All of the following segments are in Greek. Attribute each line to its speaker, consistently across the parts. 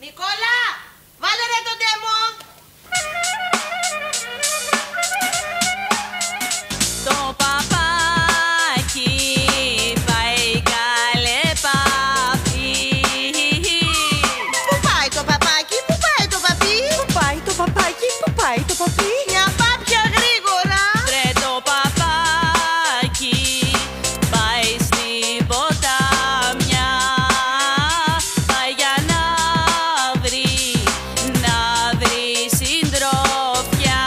Speaker 1: Νικόλα, βάλε ρε τον τέμο.
Speaker 2: Το παπάκι πάει καλέ παπί.
Speaker 1: Πού πάει το παπάκι, πού πάει το παπί.
Speaker 3: Πού πάει το παπάκι, πού πάει το παπί.
Speaker 1: Μια πάπια γρήγορα.
Speaker 2: Ρε το παπάκι πάει στην ποτάμια. Πάει για να βρει, να βρει συντρόφια.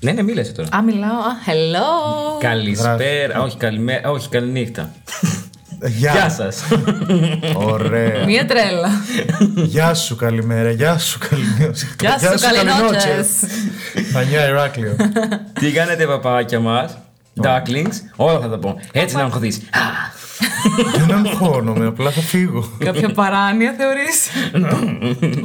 Speaker 4: Ναι, ναι, μίλασε τώρα.
Speaker 3: Α, μιλάω. Α, hello.
Speaker 4: Καλησπέρα. Όχι, καλημέρα. Όχι, καληνύχτα. Γεια
Speaker 5: Γεια.
Speaker 4: σας.
Speaker 5: Ωραία.
Speaker 3: Μία τρέλα.
Speaker 5: Γεια σου, καλημέρα. Γεια σου, καληνύχτα.
Speaker 3: Γεια σου, καληνότσε.
Speaker 5: Πανιά Ηράκλειο.
Speaker 4: Τι κάνετε, παπάκια μας. Ducklings. Όλα θα τα πω. Έτσι να αγχωθεί.
Speaker 5: Δεν αγχώνομαι, απλά θα φύγω.
Speaker 3: Κάποια παράνοια θεωρείς.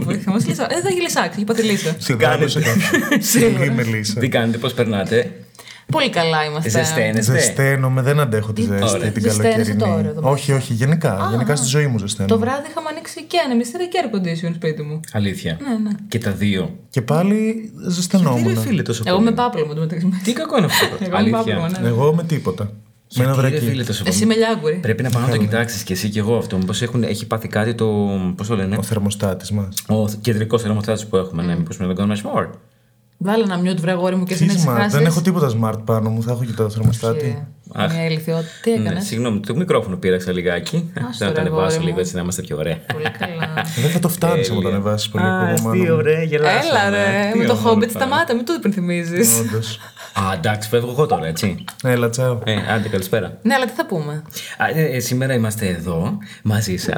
Speaker 3: Βοήθημα, γλυσά. Ε, θα γλυσάξει, είπα τη λύση.
Speaker 5: Σε δράκωσε κάποιος. Σίγουρα με λύσα.
Speaker 4: Τι κάνετε, πώς περνάτε.
Speaker 3: Πολύ καλά είμαστε.
Speaker 4: Ζεσταίνεστε.
Speaker 5: Ζεσταίνομαι, δεν αντέχω τη
Speaker 4: Ωραία.
Speaker 5: ζέστη την
Speaker 3: Ζεσταίνεσαι τώρα,
Speaker 5: καλοκαιρινή.
Speaker 3: εδώ πέρα.
Speaker 5: Όχι, όχι, γενικά. Γενικά στη ζωή μου
Speaker 3: Το
Speaker 5: ζεσταίνομαι.
Speaker 3: βράδυ είχαμε ανοίξει και ανεμιστήρα και air condition σπίτι μου.
Speaker 4: Αλήθεια.
Speaker 3: Ναι,
Speaker 4: Και τα δύο.
Speaker 5: Και πάλι
Speaker 4: Τι ρε
Speaker 5: ζεστανόμουν.
Speaker 4: φίλε τόσο
Speaker 3: Εγώ
Speaker 4: πολύ.
Speaker 3: με πάπλωμα το μεταξύ μας.
Speaker 4: Τι κακό είναι αυτό.
Speaker 3: Εγώ με πάπλωμα,
Speaker 4: Αλήθεια.
Speaker 3: ναι.
Speaker 5: Εγώ με τίποτα. Με ένα
Speaker 4: Τι ρε φίλε
Speaker 5: βρακί.
Speaker 4: τόσο
Speaker 3: Εσύ
Speaker 4: πολύ.
Speaker 3: με λιάγκουρη.
Speaker 4: Πρέπει να πάω να το κοιτάξει κι εσύ κι εγώ αυτό. Μήπως έχει πάθει κάτι το. Πώς το λένε.
Speaker 5: Ο θερμοστάτης μας.
Speaker 4: Ο κεντρικός θερμοστάτης που έχουμε. Ναι, μήπως με τον κάνουμε smart.
Speaker 3: Βάλε ένα μιούτ βρε αγόρι μου και εσύ να ξεχάσεις.
Speaker 5: Δεν έχω τίποτα smart πάνω μου, θα έχω και το θερμοστάτη.
Speaker 4: Αχ.
Speaker 3: Μια ηλικιότητα. Τι
Speaker 4: Ναι,
Speaker 3: έκανες.
Speaker 4: συγγνώμη, το μικρόφωνο πήραξα λιγάκι.
Speaker 3: Άστο,
Speaker 4: Να το
Speaker 3: ρε,
Speaker 4: ανεβάσω
Speaker 3: αγόρι
Speaker 4: λίγο
Speaker 3: μου.
Speaker 4: έτσι να είμαστε πιο ωραία.
Speaker 3: Πολύ καλά.
Speaker 5: Ε, Δεν θα το
Speaker 4: Ε,
Speaker 5: φτάνει άμα το ανεβάσεις πολύ.
Speaker 4: ωραία,
Speaker 3: Έλα ρε, με το Hobbit σταμάτα, μην το υπενθυμίζεις.
Speaker 5: Όντως.
Speaker 4: Α, εντάξει, φεύγω εγώ τώρα, έτσι.
Speaker 5: Ναι, Έλα, τσάω.
Speaker 4: Ε, άντε, καλησπέρα.
Speaker 3: Ναι, αλλά τι θα πούμε.
Speaker 4: Α, ε, ε, σήμερα είμαστε εδώ μαζί σας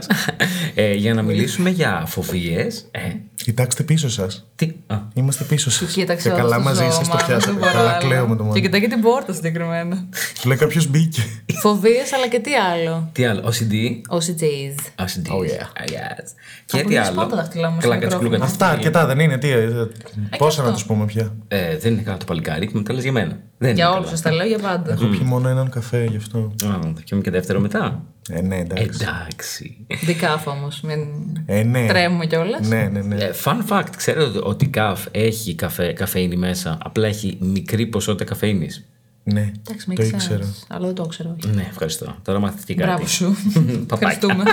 Speaker 4: για να μιλήσουμε για φοβίες. Ε,
Speaker 5: Κοιτάξτε πίσω σας.
Speaker 4: τι. Α,
Speaker 5: Είμαστε πίσω σας.
Speaker 3: Κοίταξε όλο
Speaker 5: καλά
Speaker 3: το
Speaker 5: μαζί
Speaker 3: ζώο,
Speaker 5: σα το
Speaker 3: μάλλον,
Speaker 5: πιάσατε.
Speaker 3: δεν μπορώ
Speaker 5: Καλά,
Speaker 3: άλλο.
Speaker 5: κλαίω με το μόνο.
Speaker 3: Και κοιτάει και την πόρτα συγκεκριμένα.
Speaker 5: Του λέει κάποιος μπήκε.
Speaker 3: Φοβίες, αλλά και τι άλλο.
Speaker 4: τι άλλο, OCD.
Speaker 3: OCDs.
Speaker 4: OCD.
Speaker 5: Oh, yeah.
Speaker 4: Ah, yes. Και τι
Speaker 3: πολύ
Speaker 4: άλλο.
Speaker 3: σπάτα δάχτυλά μου στο
Speaker 4: Κλάκατς,
Speaker 3: μικρόφωνο.
Speaker 4: κλούκατς.
Speaker 5: Αυτά αρκετά δεν είναι. Τι, ε, ε, πόσα να
Speaker 3: αυτό.
Speaker 5: τους πούμε πια.
Speaker 4: Ε, δεν είναι καλά το παλικάρι, με τα λες για μένα. Δεν
Speaker 3: Για
Speaker 4: είναι
Speaker 3: όλου
Speaker 4: καλά.
Speaker 3: σα τα λέω για πάντα.
Speaker 5: Έχω πιει μόνο έναν καφέ γι' αυτό.
Speaker 4: Α, θα πιούμε και δεύτερο μετά.
Speaker 5: Ε, ναι, εντάξει.
Speaker 4: Εντάξει.
Speaker 3: Δικάφ όμως. Μην
Speaker 5: Ε, ναι.
Speaker 3: τρέμουμε κιόλας.
Speaker 5: Ναι, ναι, ναι.
Speaker 4: Ε, Fun fact, ξέρετε ότι η καφ έχει καφέ, καφέινη μέσα, απλά έχει μικρή ποσότητα καφέινης.
Speaker 5: ναι.
Speaker 3: Εντάξει,
Speaker 5: Το
Speaker 3: make
Speaker 5: ήξερα.
Speaker 3: sense. Αλλά δεν το ξέρω. όχι.
Speaker 4: Ναι, ευχαριστώ. Τώρα μάθατε και κάτι.
Speaker 3: Μπράβο σου.
Speaker 4: Παπάκια.
Speaker 3: Ευχαριστούμε.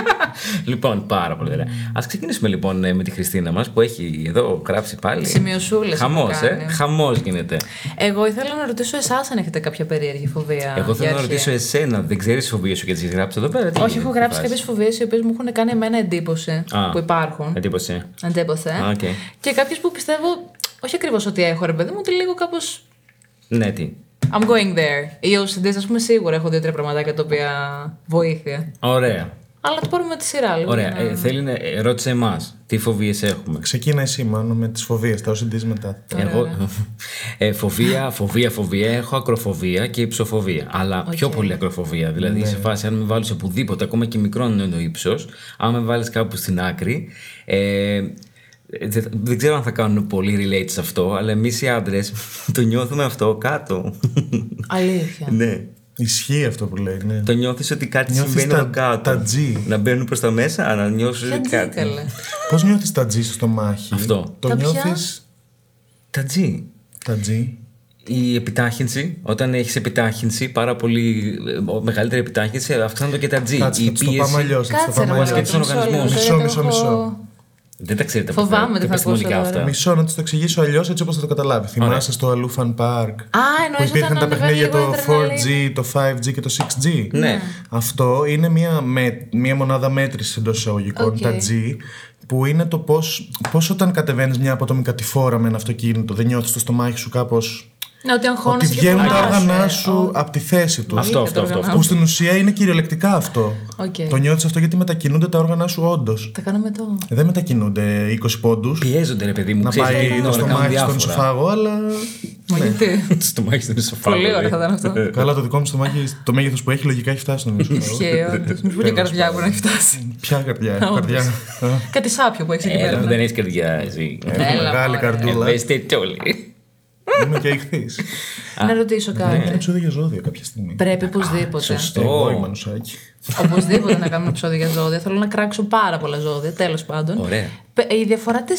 Speaker 4: λοιπόν, πάρα πολύ ωραία. Ας ξεκινήσουμε λοιπόν ε, με τη Χριστίνα μας που έχει εδώ γράψει πάλι.
Speaker 3: Σημειωσούλες
Speaker 4: Χαμό,
Speaker 3: έχω
Speaker 4: ε.
Speaker 3: κάνει.
Speaker 4: Χαμός γίνεται.
Speaker 3: Εγώ ήθελα να ρωτήσω εσάς αν έχετε κάποια περίεργη φοβία.
Speaker 4: Εγώ θέλω
Speaker 3: για
Speaker 4: να
Speaker 3: αρχή.
Speaker 4: ρωτήσω εσένα, δεν ξέρεις τις φοβίες σου και τις έχεις γράψει εδώ πέρα. Τι
Speaker 3: ε? Όχι,
Speaker 4: είναι,
Speaker 3: έχω
Speaker 4: τι
Speaker 3: γράψει
Speaker 4: φάση?
Speaker 3: κάποιες φοβίες οι οποίες μου έχουν κάνει εμένα εντύπωση
Speaker 4: Α.
Speaker 3: που υπάρχουν.
Speaker 4: Εντύπωση.
Speaker 3: Αντέπαθε.
Speaker 4: Α, οκ.
Speaker 3: Και κάποιες που πιστεύω, όχι ακριβώς ότι έχω ρε παιδί μου, ότι λίγο κάπως.
Speaker 4: Ναι, τι.
Speaker 3: I'm going there. Οι OCDs, ας πούμε, σίγουρα έχω δύο-τρία πραγματάκια τα οποία βοήθεια.
Speaker 4: Ωραία.
Speaker 3: Αλλά το πάρουμε με τη σειρά λοιπόν. λίγο.
Speaker 4: Ωραία. Ε, θέλει να ε, ρώτησε εμάς τι φοβίες έχουμε.
Speaker 5: Ξεκίνα εσύ, μάλλον με τις φοβίες. Τα OCD μετά.
Speaker 4: Εγώ. Ε, φοβία, φοβία, φοβία. Έχω ακροφοβία και υψοφοβία. Αλλά πιο πολύ ακροφοβία.
Speaker 5: Ναι.
Speaker 4: Δηλαδή, σε φάση, αν με βάλεις οπουδήποτε, ακόμα και μικρό αν είναι το ύψος, αν με βάλεις κάπου στην άκρη. Ε, δεν, δεν ξέρω αν θα κάνουν πολύ relate σε αυτό, αλλά εμείς οι άντρες το νιώθουμε αυτό κάτω.
Speaker 3: Αλήθεια.
Speaker 4: ναι.
Speaker 5: Ισχύει αυτό που λέει, ναι.
Speaker 4: Το νιώθεις ότι κάτι
Speaker 5: Νιώθεις
Speaker 4: συμβαίνει
Speaker 5: τα-
Speaker 4: εδώ κάτω.
Speaker 5: τα G.
Speaker 4: Να μπαίνουν προς τα μέσα, να νιώσεις
Speaker 3: Δεν
Speaker 4: κάτι.
Speaker 3: τσίκαλε.
Speaker 5: Πώς νιώθεις τα τζι στο στομάχι.
Speaker 4: Αυτό.
Speaker 5: Το
Speaker 3: Τα ποια?
Speaker 5: νιώθεις
Speaker 4: Τα G.
Speaker 5: τα τζι.
Speaker 4: Η επιτάχυνση, όταν έχεις επιτάχυνση, πάρα πολύ ε, μεγαλύτερη επιτάχυνση, αυξάνονται και τα G.
Speaker 5: Κάτσε,
Speaker 4: η
Speaker 5: θα τους το πάμε αλλιώ.
Speaker 3: Κάτσε να
Speaker 4: και τους οργανισμούς.
Speaker 5: Μισό, μισό, μισό.
Speaker 4: Δεν τα ξέρετε
Speaker 3: Φοβάμαι
Speaker 4: τα
Speaker 3: ότι θα ακούσω
Speaker 4: επιστημονικά
Speaker 3: τώρα.
Speaker 4: αυτά.
Speaker 5: Μισό να τους το εξηγήσω αλλιώς έτσι όπως θα το καταλάβει. Θυμάσαι στο Αλούφαν Πάρκ.
Speaker 3: Α,
Speaker 5: που
Speaker 3: εννοείς
Speaker 5: υπήρχαν
Speaker 3: όταν
Speaker 5: τα
Speaker 3: ανεβαίνει
Speaker 5: παιχνίδια
Speaker 3: λίγο
Speaker 5: το
Speaker 3: η
Speaker 5: 4G,
Speaker 3: αδρεναλίνη.
Speaker 5: το 5G και το 6G.
Speaker 4: Ναι.
Speaker 5: Αυτό είναι μια, με, μια μονάδα μέτρησης εντός εισαγωγικών,
Speaker 3: Οκ.
Speaker 5: τα G, που είναι το πώς πώς όταν κατεβαίνεις μια απότομη κατηφόρα με ένα αυτοκίνητο, δεν νιώθεις το στομάχι σου κάπως.
Speaker 3: Ναι, ότι
Speaker 5: Ότι
Speaker 3: αγχώνεσαι. και
Speaker 5: βγαίνουν τα
Speaker 3: φοβάσαι.
Speaker 5: όργανα σου από τη θέση τους.
Speaker 4: Αυτό,
Speaker 3: το
Speaker 4: αυτό, αυτό.
Speaker 3: οργανώ.
Speaker 4: αυτό.
Speaker 5: Που στην ουσία είναι κυριολεκτικά αυτό.
Speaker 3: Οκ.
Speaker 5: Το νιώθεις αυτό γιατί μετακινούνται τα όργανα σου όντως.
Speaker 3: Τα κάνουμε το.
Speaker 5: Δεν μετακινούνται 20 πόντους.
Speaker 4: Πιέζονται, ρε παιδί μου,
Speaker 5: Να
Speaker 4: ξέρεις,
Speaker 5: πάει
Speaker 4: είναι
Speaker 5: το
Speaker 4: όλα, κάνουν
Speaker 5: στομάχι στον
Speaker 4: διάφορα.
Speaker 5: σοφάγο, αλλά.
Speaker 3: Μα γιατί.
Speaker 4: Στο μάχη στον σοφάγο.
Speaker 3: Πολύ ωραία
Speaker 4: ε.
Speaker 3: θα ήταν αυτό.
Speaker 5: Καλά, το δικό μου στομάχι, το μέγεθος που έχει, λογικά έχει φτάσει στον
Speaker 4: ε,
Speaker 3: Ισχύει, όντως. Μη σου πω και η καρδιά μου να έχει φτάσει.
Speaker 5: Ποια καρδιά, καρδιά. Α,
Speaker 3: Κάτι σάπιο που έχει εκεί
Speaker 4: Έλα,
Speaker 3: πέρα.
Speaker 4: που δεν έχεις καρδιά, εσύ.
Speaker 5: έχω
Speaker 3: Έλα,
Speaker 5: Μεγάλη
Speaker 3: μωρέ.
Speaker 5: καρδούλα.
Speaker 4: Ευαίσθητε όλοι.
Speaker 5: Μην με καηχθείς.
Speaker 3: Να ρωτήσω
Speaker 5: Ένα
Speaker 3: κάτι.
Speaker 5: επεισόδιο για ζώδιο κάποια στιγμή.
Speaker 3: Πρέπει οπωσδήποτε.
Speaker 4: Ναι. σωστό.
Speaker 5: Εγώ είμαι νουσάκι.
Speaker 3: Οπωσδήποτε να κάνουμε επεισόδιο για ζώδια. Θέλω να κράξω πάρα πολλά ζώδια, τέλος πάντων.
Speaker 4: Ωραία.
Speaker 3: Πε- Η διαφορά της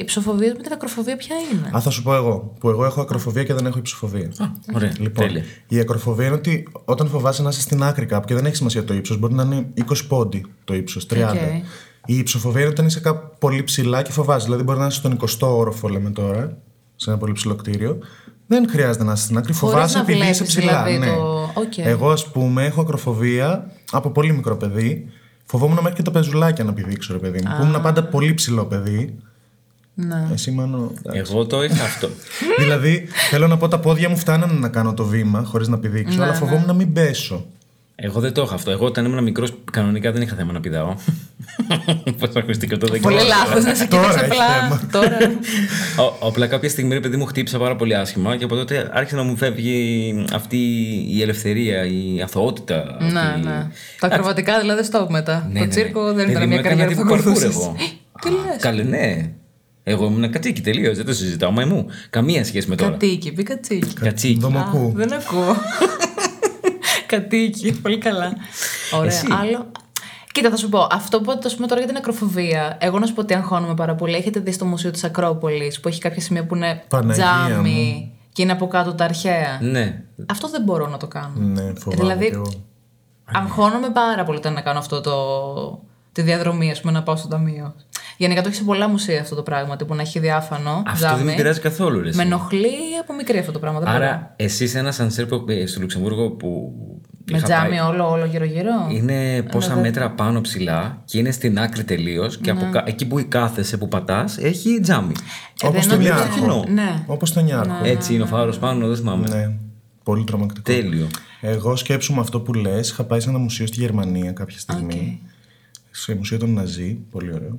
Speaker 3: ε, ψοφοβίας με την ακροφοβία ποια είναι.
Speaker 5: Α, θα σου πω εγώ. Που εγώ έχω ακροφοβία και δεν έχω υψοφοβία.
Speaker 4: Ωραία,
Speaker 5: Λοιπόν,
Speaker 4: τέλεια.
Speaker 5: η ακροφοβία είναι ότι όταν φοβάσαι να είσαι στην άκρη κάπου και δεν έχει σημασία το ύψος, μπορεί να είναι 20 πόντι το ύψος, 30.
Speaker 3: Οκ.
Speaker 5: Η υψοφοβία είναι όταν είσαι κάπου πολύ ψηλά και φοβάσαι. Δηλαδή, μπορεί να είσαι στον 20ο όροφο, λέμε τώρα, σε ένα πολύ ψηλό κτίριο. Δεν χρειάζεται να είσαι στην άκρη.
Speaker 3: Χωρίς
Speaker 5: Φοβάσαι
Speaker 3: να
Speaker 5: επειδή είσαι
Speaker 3: βλέπεις,
Speaker 5: ψηλά.
Speaker 3: δηλαδή,
Speaker 5: ναι.
Speaker 3: το- Οκ.
Speaker 5: Εγώ, ας πούμε, έχω ακροφοβία από πολύ μικρό παιδί. Φοβόμουν μέχρι και τα πεζουλάκια να πηδήξω, ρε παιδί μου. Που ήμουν πάντα πολύ ψηλό παιδί.
Speaker 3: Να.
Speaker 5: Εσύ, μάλλον.
Speaker 4: Εγώ το είχα αυτό.
Speaker 5: δηλαδή, θέλω να πω τα πόδια μου φτάνανε να κάνω το βήμα χωρίς να πηδήξω,
Speaker 4: Ναι,
Speaker 5: αλλά φοβόμουν να μην πέσω.
Speaker 4: Εγώ δεν το είχα αυτό. Εγώ όταν ήμουν μικρός, κανονικά δεν είχα θέμα να πηδάω. Πώς ακουστήκε αυτό, δεν
Speaker 3: Πολύ
Speaker 4: ξέρω.
Speaker 3: λάθος να σε
Speaker 5: Τώρα
Speaker 3: κοιτάξω
Speaker 5: έχει
Speaker 3: απλά.
Speaker 5: θέμα.
Speaker 3: Τώρα.
Speaker 4: Ο- Απλά κάποια στιγμή ρε παιδί μου χτύπησα πάρα πολύ άσχημα και από τότε άρχισε να μου φεύγει αυτή η ελευθερία, η αθωότητα.
Speaker 3: Να,
Speaker 4: αυτή-
Speaker 3: ναι. Τα ακροβατικά δηλαδή stop μετά.
Speaker 4: Ναι,
Speaker 3: Το
Speaker 4: ναι,
Speaker 3: τσίρκο
Speaker 4: ναι.
Speaker 3: δεν ήταν
Speaker 4: Παιδί μου,
Speaker 3: μια
Speaker 4: έκανα
Speaker 3: καριέρα που Ε,
Speaker 4: τύπου parkour
Speaker 3: ακολουθούσε.
Speaker 4: εγώ.
Speaker 3: Τι
Speaker 4: Α,
Speaker 3: λες.
Speaker 4: Καλέ, ναι. Εγώ ήμουν κατσίκι τελείως. Δεν το συζητάω. Μα μου. Καμία σχέση με τώρα.
Speaker 3: Κατοίκι, πει κατσίκι.
Speaker 4: Κατσίκι.
Speaker 5: Δομοκού.
Speaker 3: Δεν ακούω. Κατοίκι, πολύ καλά. Ωραία.
Speaker 4: Εσύ.
Speaker 3: Άλλο. Κοίτα, θα σου πω. Αυτό που το πούμε τώρα για την ακροφοβία. Εγώ να σου πω ότι αγχώνομαι πάρα πολύ. Έχετε δει στο Μουσείο της Ακρόπολης που έχει κάποια σημεία που είναι
Speaker 5: Παναγία
Speaker 3: τζάμι και είναι από κάτω τα αρχαία.
Speaker 4: Ναι.
Speaker 3: Αυτό δεν μπορώ να το κάνω.
Speaker 4: Ε,
Speaker 5: Ναι, φοβάμαι
Speaker 3: Δηλαδή,
Speaker 5: κι εγώ.
Speaker 3: Αγχώνομαι πάρα πολύ όταν να κάνω αυτό το. τη διαδρομή, ας πούμε, να πάω στο ταμείο. Γενικά το έχει σε πολλά μουσεία αυτό το πράγμα. Που να έχει διάφανο.
Speaker 4: Αυτό
Speaker 3: τζάμι.
Speaker 4: δεν με πειράζει καθόλου. Ρε,
Speaker 3: Με
Speaker 4: εσύ.
Speaker 3: ενοχλεί από μικρή αυτό το πράγμα. δεν μπορώ.
Speaker 4: Άρα, εσύ σε ένα σανσέρ που, ε, στο Λουξεμβούργο που.
Speaker 3: Με
Speaker 4: είχα
Speaker 3: τζάμι
Speaker 4: πάει,
Speaker 3: όλο, όλο γύρω-γύρω.
Speaker 4: Είναι πόσα μέτρα πάνω ψηλά και είναι στην άκρη τελείως. Και
Speaker 3: Ναι.
Speaker 4: από, κα- εκεί που κάθεσαι, που πατάς, έχει τζάμι. ε,
Speaker 5: Όπω
Speaker 3: δεν
Speaker 5: τον
Speaker 3: είναι
Speaker 5: Ιάρχο.
Speaker 4: κοινό.
Speaker 3: Ναι.
Speaker 5: Όπως τον Ιάρχο.
Speaker 4: Έτσι είναι ο φάρο πάνω, δεν θυμάμαι.
Speaker 5: Ναι. Πολύ τρομακτικό.
Speaker 4: Τέλειο.
Speaker 5: Εγώ σκέψου με αυτό που λες. Είχα πάει σε ένα μουσείο στη Γερμανία κάποια στιγμή. Σε μουσείο των Ναζί. Πολύ ωραίο.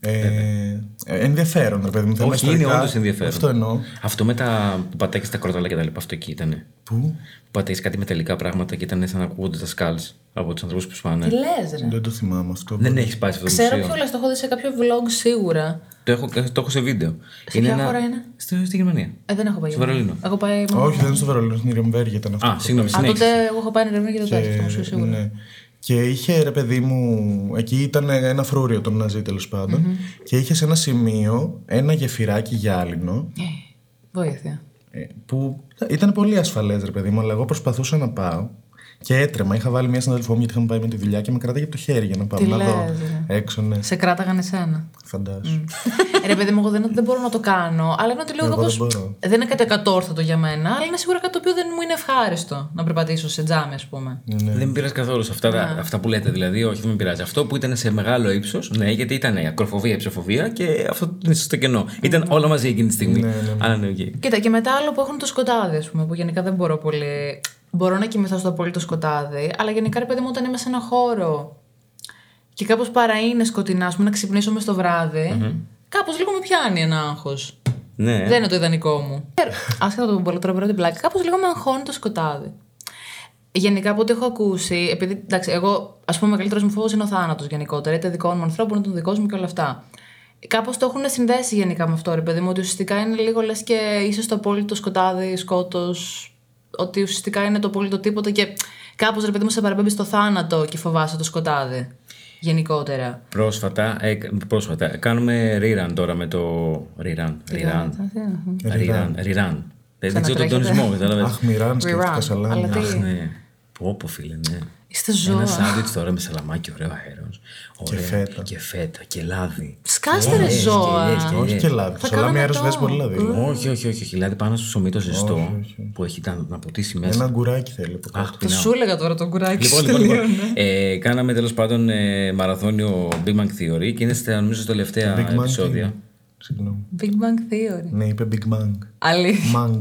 Speaker 5: Ε, ενδιαφέρον, ρε παιδί μου. Θέμα
Speaker 4: Όχι, είναι
Speaker 5: ιστορικά.
Speaker 4: όντως ενδιαφέρον.
Speaker 5: Αυτό εννοώ.
Speaker 4: Αυτό με τα που πατάει τα κρόταλα και τα λοιπά, αυτό εκεί ήταν.
Speaker 5: Πού?
Speaker 4: Που πατάει κάτι μεταλλικά πράγματα και ήταν σαν να ακούγονται τα σκάλς από τους ανθρώπους που σπάνε.
Speaker 3: Τι λες, ρε.
Speaker 5: Δεν το θυμάμαι αυτό.
Speaker 4: Δεν έχεις πάει σε αυτό το
Speaker 3: Ξέρω
Speaker 4: μουσείο.
Speaker 3: ποιο λε, το έχω δει σε κάποιο vlog σίγουρα.
Speaker 4: Το έχω, το έχω σε βίντεο.
Speaker 3: Σε ποια χώρα είναι?
Speaker 4: Στο, στη Γερμανία.
Speaker 3: Ε, δεν έχω πάει.
Speaker 4: Στο Βερολίνο.
Speaker 3: Έχω πάει.
Speaker 5: Όχι, δεν είναι στο Βερολίνο, στην Ιρεμβέργη ήταν αυτό.
Speaker 4: Α, συγγνώμη,
Speaker 3: Α,
Speaker 4: συνέχισε.
Speaker 3: τότε εγώ έχω πάει ερευνή και δεν το
Speaker 5: Ε,
Speaker 3: έχω στο μουσείο σίγουρα.
Speaker 5: ναι. Και είχε ρε παιδί μου, εκεί ήταν ένα φρούριο των Ναζί τέλος πάντων, Και είχε σε ένα σημείο ένα γεφυράκι γυάλινο
Speaker 3: Ε, Βοήθεια.
Speaker 5: ε, που ήταν πολύ ασφαλές, ρε παιδί μου, αλλά εγώ προσπαθούσα να πάω και έτρεμα. Είχα βάλει μια συναδελφό μου γιατί είχαμε πάει με τη δουλειά και με κράταγε από το χέρι για να πάω
Speaker 3: Τι
Speaker 5: να δω.
Speaker 3: λες, ρε.
Speaker 5: Έξω, ναι,
Speaker 3: Σε κράταγαν εσένα.
Speaker 5: φαντάσου.
Speaker 3: Ε, Ρε παιδί μου, εγώ δεν, δεν μπορώ να το κάνω, αλλά είναι ότι λέω
Speaker 5: Εγώ δεν
Speaker 3: κάπως-
Speaker 5: μπορώ.
Speaker 3: Δεν είναι κάτι εκατόρθωτο για μένα, αλλά είναι σίγουρα κάτι το οποίο δεν μου είναι ευχάριστο να περπατήσω σε τζάμι, ας πούμε.
Speaker 4: Δεν με πειράζει καθόλου σε αυτά, τα- αυτά που λέτε. Δηλαδή, όχι, δεν με πειράζει. Αυτό που ήταν σε μεγάλο ύψος, ναι, γιατί ήταν η ακροφοβία, η ψοφοβία και αυτό το- στο κενό. Ήταν όλα μαζί εκείνη τη στιγμή. Αλλά ναι, οκ.
Speaker 3: Κοίτα, και μετά άλλο που έχουν το σκοτάδι, ας πούμε, που γενικά δεν μπορώ πολύ. Μπορώ να κοιμηθώ στο απόλυτο σκοτάδι, αλλά γενικά ρε παιδί μου, όταν είμαι σε ένα χώρο και κάπως παρά είναι σκοτεινά, ας πούμε, να ξυπνήσω με στο βραδυ κάπως λίγο με πιάνει ένα άγχος.
Speaker 4: Ναι.
Speaker 3: Δεν είναι το ιδανικό μου. Ε, Άσχετα το πολύ τώρα την πλάκα, κάπως λίγο με αγχώνει το σκοτάδι. Γενικά από ό,τι έχω ακούσει, επειδή εντάξει, εγώ ας πούμε ο μεγαλύτερος μου φόβος είναι ο θάνατος γενικότερα, είτε δικών μου ανθρώπων, είτε των δικών μου και όλα αυτά. Κάπως το έχουν συνδέσει γενικά με αυτό, ρε παιδί μου, ότι ουσιαστικά είναι λίγο λες και είσαι στο απόλυτο σκοτάδι, σκότος. Ότι ουσιαστικά είναι το απόλυτο τίποτα και κάπως ρε παιδί μου σε παραπέμπει στο θάνατο και φοβάσαι το σκοτάδι. Γενικότερα.
Speaker 4: Πρόσφατα, ε, πρόσφατα, κάνουμε rerun τώρα με το. Rerun. Rerun.
Speaker 3: ναι.
Speaker 4: Rerun. Rerun. Δεν- Δεν ξέρω τον
Speaker 3: Ξανατρέχετε.
Speaker 4: τονισμό, κατάλαβες.
Speaker 5: Αχ, μοιράν σκέφτηκα
Speaker 3: Rerun. Αλλά
Speaker 5: σαλάμι.
Speaker 3: τι.
Speaker 4: Ναι. Πω, πω, φίλε, ναι.
Speaker 3: Είστε
Speaker 4: Ένα
Speaker 3: ζώα.
Speaker 4: σάντουιτς τώρα με σαλαμάκι, ωραίο αέρος. Ωραία.
Speaker 5: φέτα.
Speaker 4: Και φέτα και λάδι.
Speaker 3: Σκάστε ρε
Speaker 4: Λες και λες και
Speaker 3: ζώα.
Speaker 5: Όχι
Speaker 4: λες.
Speaker 5: και λάδι.
Speaker 3: Θα
Speaker 5: Σαλάμι
Speaker 3: κάναμε
Speaker 5: αέρος
Speaker 3: το.
Speaker 5: δεν πολύ λάδι.
Speaker 4: Όχι, όχι, όχι. όχι. Λάδι πάνω στο σωμί το ζεστό που έχει τα- να ποτίσει μέσα.
Speaker 5: Ένα γκουράκι θέλει. από κάτω.
Speaker 4: Αχ,
Speaker 3: Το
Speaker 4: πεινάω.
Speaker 3: σου έλεγα τώρα τον κουράκι.
Speaker 4: Ναι. Λοιπόν,
Speaker 3: στο
Speaker 4: λοιπόν, λοιπόν.
Speaker 3: τελείωνε.
Speaker 4: Ε, κάναμε τέλος πάντων ε, μαραθώνιο Big Bang Theory και είναι στα, νομίζω στα τελευταία
Speaker 5: Big Mang
Speaker 4: επεισόδια.
Speaker 5: τι? Συγγνώμη.
Speaker 3: Big Bang Theory.
Speaker 5: Ναι, είπε Big Mang.
Speaker 3: Αλήθεια.
Speaker 5: Mang.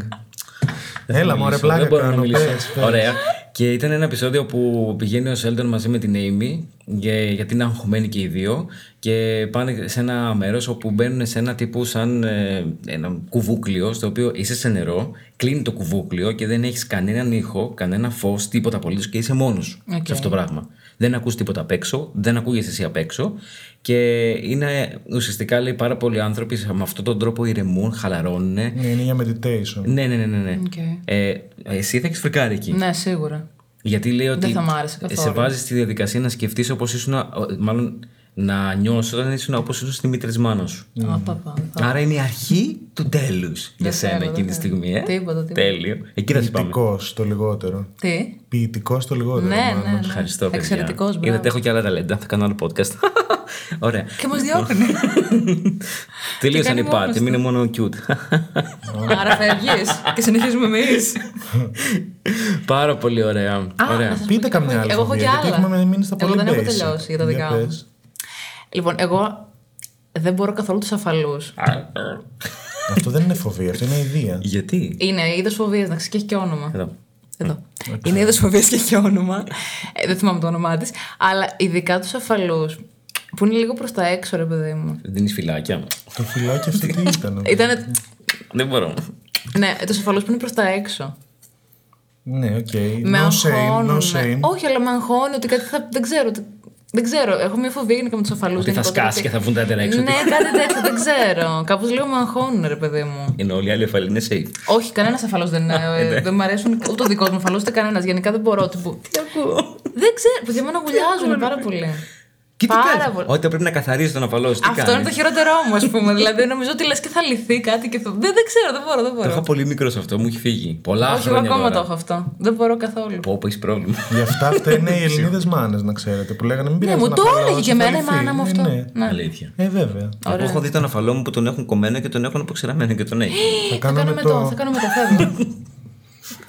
Speaker 5: Έλα,
Speaker 4: να
Speaker 5: μωρέ,
Speaker 4: μιλήσω,
Speaker 5: πλάκα
Speaker 4: δεν μπορώ να
Speaker 5: κάνω. ε.
Speaker 4: μιλήσω.
Speaker 5: πες, πες.
Speaker 4: Ωραία. Και ήταν ένα επεισόδιο που πηγαίνει ο Σέλντον μαζί με την Amy για, γιατί είναι αγχωμένοι και οι δύο και πάνε σε ένα μέρος όπου μπαίνουν σε ένα τύπου σαν ε, ένα κουβούκλιο στο οποίο είσαι σε νερό, κλείνει το κουβούκλιο και δεν έχεις κανέναν ήχο, κανένα φως, τίποτα απολύτως και είσαι μόνος σου
Speaker 3: Οκ.
Speaker 4: σε αυτό το πράγμα. Δεν ακούς τίποτα απ' έξω, δεν ακούγεσαι εσύ απ' έξω και είναι ουσιαστικά λέει πάρα πολλοί άνθρωποι με αυτόν τον τρόπο ηρεμούν, χαλαρώνουν.
Speaker 5: Ναι, είναι για meditation.
Speaker 4: Ναι, ναι, ναι, ναι. ναι.
Speaker 3: Οκ.
Speaker 4: Ε, εσύ θα έχεις φρικάρει εκεί.
Speaker 3: Ναι, σίγουρα.
Speaker 4: Γιατί λέει ότι.
Speaker 3: θα μ' άρεσε καθόλου.
Speaker 4: Σε βάζεις στη διαδικασία να σκεφτείς όπως ήσουν. Μάλλον να νιώσει όταν ήσουν όπως ήσουν στη μήτρη της μάνας σου.
Speaker 3: Απαπα.
Speaker 4: Άρα είναι η αρχή του τέλους για σένα εκείνη
Speaker 3: θέλω,
Speaker 4: τη
Speaker 3: Ναι. δεν
Speaker 4: στιγμή. Ε.
Speaker 3: Τίποτα, τίποτα.
Speaker 4: Τέλειο. Εκεί θα σε πάμε.
Speaker 5: Ποιητικός το λιγότερο.
Speaker 3: Τι.
Speaker 5: Ποιητικός το λιγότερο.
Speaker 3: Ναι,
Speaker 5: μάλλον.
Speaker 3: ναι, ναι.
Speaker 4: Ευχαριστώ, παιδιά.
Speaker 3: Εξαιρετικός, μπράβο.
Speaker 4: Είδατε, έχω και άλλα ταλέντα. Θα κάνω άλλο podcast. Ωραία.
Speaker 3: Και μας διώχνει.
Speaker 4: Τελείωσαν
Speaker 3: κάνει
Speaker 4: οι
Speaker 3: μόνος
Speaker 4: πάρτι,
Speaker 3: του.
Speaker 4: μείνε μόνο cute.
Speaker 3: Άρα φεύγεις και συνεχίζουμε εμείς.
Speaker 4: Πάρα πολύ ωραία.
Speaker 3: Α,
Speaker 4: ωραία.
Speaker 3: να σας πω
Speaker 5: Πείτε
Speaker 3: και
Speaker 5: καμιά άλλη.
Speaker 3: εγώ έχω
Speaker 5: φοβία,
Speaker 3: και
Speaker 5: Γιατί
Speaker 3: άλλα.
Speaker 5: έχουμε μείνει στα
Speaker 3: Εγώ
Speaker 5: πολύ
Speaker 3: δεν έχω
Speaker 5: basic.
Speaker 3: τελειώσει για τα
Speaker 5: Για
Speaker 3: δικά μου.
Speaker 5: πες.
Speaker 3: Λοιπόν, εγώ δεν μπορώ καθόλου τους αφαλούς.
Speaker 5: Αυτό δεν είναι φοβία, αυτό είναι ιδέα.
Speaker 4: Γιατί.
Speaker 3: Είναι είδος φοβίας, να ξέρει και έχει και όνομα.
Speaker 4: Εδώ.
Speaker 3: Εδώ. Είναι είδος φοβίας και έχει όνομα. Ε, δεν θυμάμαι το όνομά της. Αλλά ειδικά τους αφαλούς που είναι λίγο προς τα έξω, ρε παιδί μου.
Speaker 4: Δεν δίνεις φυλάκια.
Speaker 5: Το φυλάκι αυτό τι ήταν.
Speaker 3: Ήτανε...
Speaker 4: Δεν μπορώ.
Speaker 3: Ναι, του αφαλού που είναι προς τα έξω.
Speaker 5: Ναι, οκ.
Speaker 3: με
Speaker 5: No shame,
Speaker 3: αγχώνουν.
Speaker 5: no shame.
Speaker 3: Όχι, αλλά με αγχώνει ότι κάτι θα. Δεν ξέρω. ότι- Δεν ξέρω. Έχω μια φοβία γενικά με τους αφαλού.
Speaker 4: Ότι θα σκάσει και θα βγουν τα έντερα έξω.
Speaker 3: Ναι, κάτι τέτοιο δεν ξέρω. Κάπως λίγο με αγχώνουν, ρε παιδί μου.
Speaker 4: Ενώ όλοι οι άλλοι εφαλοί είναι safe.
Speaker 3: Όχι, κανένας αφαλό δεν
Speaker 4: Ε, ναι.
Speaker 3: είναι. δεν μου αρέσουν ούτε ο δικός μου αφαλό, ούτε κανένας. Γενικά δεν μπορώ. Τύπου...
Speaker 4: Τι ακούω.
Speaker 3: Δεν ξέρω. Παιδιά, εμένα γουλιάζουν πάρα πολύ.
Speaker 4: Και τι
Speaker 3: Πάρα
Speaker 4: κάνεις?
Speaker 3: πολύ.
Speaker 4: Ότι πρέπει να καθαρίζεις τον απαλό σου. Τι
Speaker 3: Αυτό είναι
Speaker 4: κάνεις?
Speaker 3: το χειρότερό μου, ας πούμε. δηλαδή, νομίζω ότι λες και θα λυθεί κάτι και θα. Δεν, δεν ξέρω, δεν μπορώ, δεν
Speaker 4: Το είχα
Speaker 3: μπορώ.
Speaker 4: πολύ μικρό σε αυτό, μου έχει φύγει. Πολλά
Speaker 3: Όχι, εγώ
Speaker 4: χρόνια.
Speaker 3: ακόμα
Speaker 4: τώρα.
Speaker 3: το έχω αυτό. Δεν μπορώ καθόλου.
Speaker 4: Πω, πω, έχεις πρόβλημα.
Speaker 5: Γι' αυτά αυτά είναι οι Ελληνίδες μάνες, να ξέρετε. Που λέγανε μην
Speaker 3: Ναι,
Speaker 5: πειράζει.
Speaker 3: μου
Speaker 5: να
Speaker 3: το
Speaker 5: απαλλάξει,
Speaker 3: έλεγε και
Speaker 5: θα
Speaker 3: εμένα η
Speaker 5: λυθεί».
Speaker 3: μάνα μου
Speaker 5: Ναι,
Speaker 3: αυτό.
Speaker 5: ναι.
Speaker 3: Ναι.
Speaker 4: Ε, Αλήθεια.
Speaker 5: Ε, βέβαια.
Speaker 4: Εγώ έχω δει τον αφαλό μου που τον έχουν κομμένο και τον έχουν αποξηραμένο και τον έχει.
Speaker 5: Ε, Θα
Speaker 3: Θα κάνουμε
Speaker 5: κάνουμε
Speaker 3: το, θα
Speaker 5: το.
Speaker 3: κάνουμε το φεύγω.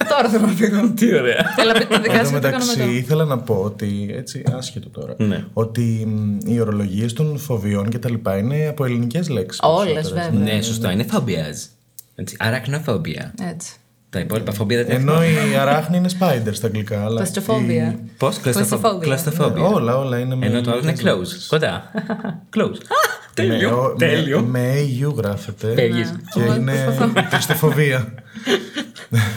Speaker 3: Τώρα θέλω να φύγω.
Speaker 4: Τι ωραία.
Speaker 3: Έλα, πείτε τα
Speaker 5: Εν
Speaker 3: δικά
Speaker 5: τω
Speaker 3: σα, θα κάνουμε
Speaker 5: μεταξύ,
Speaker 3: το.
Speaker 5: ήθελα να πω ότι. Έτσι, άσχετο τώρα.
Speaker 4: Ναι.
Speaker 5: Ότι μ, οι ορολογίες των φοβιών και τα λοιπά είναι από ελληνικές λέξεις.
Speaker 3: Όλε, βέβαια.
Speaker 4: Ναι, σωστά, είναι φόμπιαζ. Αρακνοφόμπια.
Speaker 3: Έτσι.
Speaker 4: Τα υπόλοιπα φόμπια δεν τα έχουμε.
Speaker 5: Ενώ η αράχνη είναι spider στα αγγλικά. αλλά αυτή-
Speaker 3: Κλαστροφόβια.
Speaker 4: Πώ,
Speaker 3: Κλωστοφόβια.
Speaker 5: Ναι,
Speaker 4: κλαστοφόμπια.
Speaker 5: Όλα, όλα είναι με.
Speaker 4: Ενώ το άλλο είναι
Speaker 5: ελληνικές
Speaker 4: close. Κοντά. Close. Α,
Speaker 5: Ναι,
Speaker 4: Τέλειο.
Speaker 5: ο-
Speaker 4: Τέλειο. Ναι.
Speaker 5: Με, με AU γράφεται.
Speaker 4: Φεύγεις.
Speaker 5: Και
Speaker 3: Εγώ
Speaker 5: είναι
Speaker 3: προσπαθώ.
Speaker 5: κλειστοφοβία.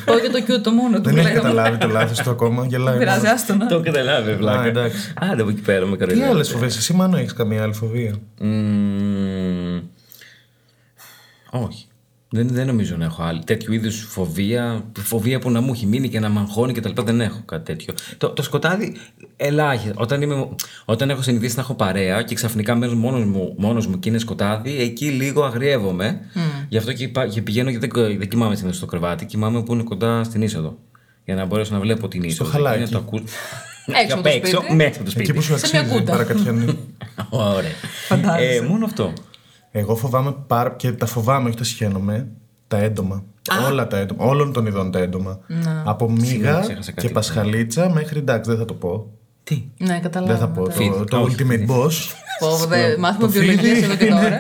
Speaker 3: Πάω για το Q το μόνο του.
Speaker 5: Δεν έχει
Speaker 3: λέγαμε.
Speaker 5: καταλάβει το λάθος του ακόμα. Γελάει. μόνο.
Speaker 3: Πειράζει, άστο ναι. να.
Speaker 4: Το έχω καταλάβει,
Speaker 5: Α,
Speaker 4: βλάκα.
Speaker 5: εντάξει.
Speaker 4: Άντε από εκεί πέρα με
Speaker 5: Τι άλλε
Speaker 4: κοροϊδεύετε.
Speaker 5: φοβίε, εσύ μάλλον έχεις καμία άλλη φοβία.
Speaker 4: Μμμ. Όχι. Δεν, δεν νομίζω να έχω άλλη. Τέτοιου είδους φοβία, φοβία που να μου έχει μείνει και να με αγχώνει κτλ. Δεν έχω κάτι τέτοιο. Το, το σκοτάδι, ελάχιστα. Όταν, είμαι, όταν έχω συνηθίσει να έχω παρέα και ξαφνικά μένω μόνος μου, μόνος μου και είναι σκοτάδι, εκεί λίγο αγριεύομαι. Γι' αυτό και, πα- και πηγαίνω και δεν, δεν κοιμάμαι συνήθως στο κρεβάτι, κοιμάμαι που είναι κοντά στην είσοδο. Για να μπορέσω να βλέπω την είσοδο.
Speaker 5: χαλάκι.
Speaker 4: Και να το ακού...
Speaker 3: Έξω από το
Speaker 4: Απ'
Speaker 3: σπίτι.
Speaker 4: μέσα από το
Speaker 5: Εκεί
Speaker 4: σπίτι.
Speaker 5: που σου
Speaker 3: Σε μια
Speaker 5: αξίζει,
Speaker 3: κούτα.
Speaker 5: παρακατιανή.
Speaker 4: Ωραία. Ε, μόνο αυτό.
Speaker 5: Εγώ φοβάμαι πάρα και τα φοβάμαι, όχι τα σχένομαι. Τα έντομα. Όλα τα έντομα. Όλων των ειδών τα έντομα.
Speaker 3: Ναι.
Speaker 5: Από μίγα
Speaker 4: ξέχασα κάτι.
Speaker 5: και πασχαλίτσα μέχρι εντάξει, δεν θα το πω.
Speaker 4: Τι.
Speaker 3: Ναι, καταλάβα.
Speaker 5: Δεν θα πω.
Speaker 4: Φίδι,
Speaker 5: Το, το
Speaker 4: ναι. όχι,
Speaker 5: ultimate boss.
Speaker 3: Πω, δε, μάθουμε
Speaker 5: Το
Speaker 3: βιολογία
Speaker 5: φίδι
Speaker 3: εδώ και τώρα.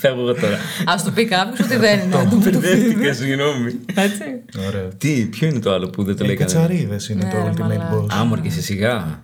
Speaker 4: Θα πω εγώ τώρα.
Speaker 3: Α του πει κάποιος ότι δεν είναι άτομο το
Speaker 4: Μπερδεύτηκα, συγγνώμη.
Speaker 3: Έτσι.
Speaker 5: Ωραία.
Speaker 4: Τι, ποιο είναι το άλλο που δεν το
Speaker 5: Οι
Speaker 3: Ε,
Speaker 4: λέει κανένα.
Speaker 5: κατσαρίδες
Speaker 3: Ναι,
Speaker 5: είναι το ultimate boss.
Speaker 4: Άμορ και σε σιγά.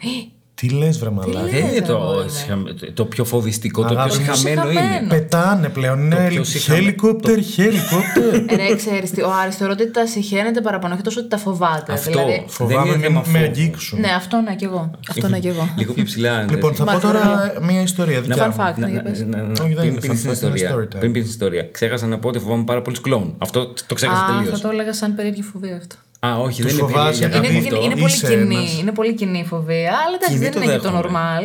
Speaker 5: Τι λε, βρε
Speaker 3: Ε,
Speaker 5: μαλάκα.
Speaker 4: Δεν είναι Ε, το, σιχα- το πιο φοβιστικό, το πιο
Speaker 5: Αγάπη μου.
Speaker 4: συχαμένο είναι.
Speaker 3: Συχαμένο.
Speaker 5: Πετάνε πλέον. Είναι
Speaker 4: πιο
Speaker 5: ελ-
Speaker 4: σύγχαμο-
Speaker 5: χελικόπτερ, χελικόπτερ.
Speaker 3: Ρε, ξέρει Ε, ναι, τι, ο Άρης θεωρώ ότι τα συχαίνεται παραπάνω, όχι τόσο ότι τα φοβάται.
Speaker 4: Αυτό.
Speaker 3: Δηλαδή,
Speaker 5: Φοβάμαι
Speaker 4: είναι
Speaker 5: μην
Speaker 4: θέμα
Speaker 5: με
Speaker 4: φόβου.
Speaker 5: αγγίξουν.
Speaker 3: ναι, αυτό να κι εγώ. Αυτό να κι εγώ.
Speaker 4: Λίγο πιο ψηλά. είναι,
Speaker 5: Λοιπόν,
Speaker 4: ρε.
Speaker 5: θα πω
Speaker 3: Μάθα
Speaker 5: τώρα μία ιστορία δικιά
Speaker 3: Fun
Speaker 5: μου.
Speaker 4: Να-
Speaker 3: fact, να
Speaker 4: να-
Speaker 3: για πες.
Speaker 4: να- να-
Speaker 5: Όχι, δεν
Speaker 4: Πριν
Speaker 5: είναι
Speaker 4: πεις
Speaker 5: fun
Speaker 4: την
Speaker 5: fact, είναι
Speaker 4: ιστορία.
Speaker 5: story time.
Speaker 4: Πριν πεις την ιστορία. Ξέχασα να πω ότι φοβάμαι πάρα πολύ κλόουν. Αυτό το ξέχασα
Speaker 3: Α, θα
Speaker 4: τελείω.
Speaker 3: το έλεγα σαν περίεργη φοβία αυτό.
Speaker 4: Α, όχι, δεν είναι
Speaker 5: φοβάσαι
Speaker 4: περίεργη
Speaker 5: να
Speaker 4: αγάπη
Speaker 3: Είναι,
Speaker 5: δεις
Speaker 4: μου
Speaker 3: είναι,
Speaker 5: το.
Speaker 3: είναι
Speaker 4: αυτό.
Speaker 3: πολύ
Speaker 5: Είσαι
Speaker 3: κοινή,
Speaker 5: ένας.
Speaker 3: είναι πολύ κοινή η φοβία, αλλά εντάξει,
Speaker 4: Κοινή
Speaker 3: δεν
Speaker 4: το
Speaker 3: είναι και το
Speaker 4: δέχομαι.
Speaker 3: normal.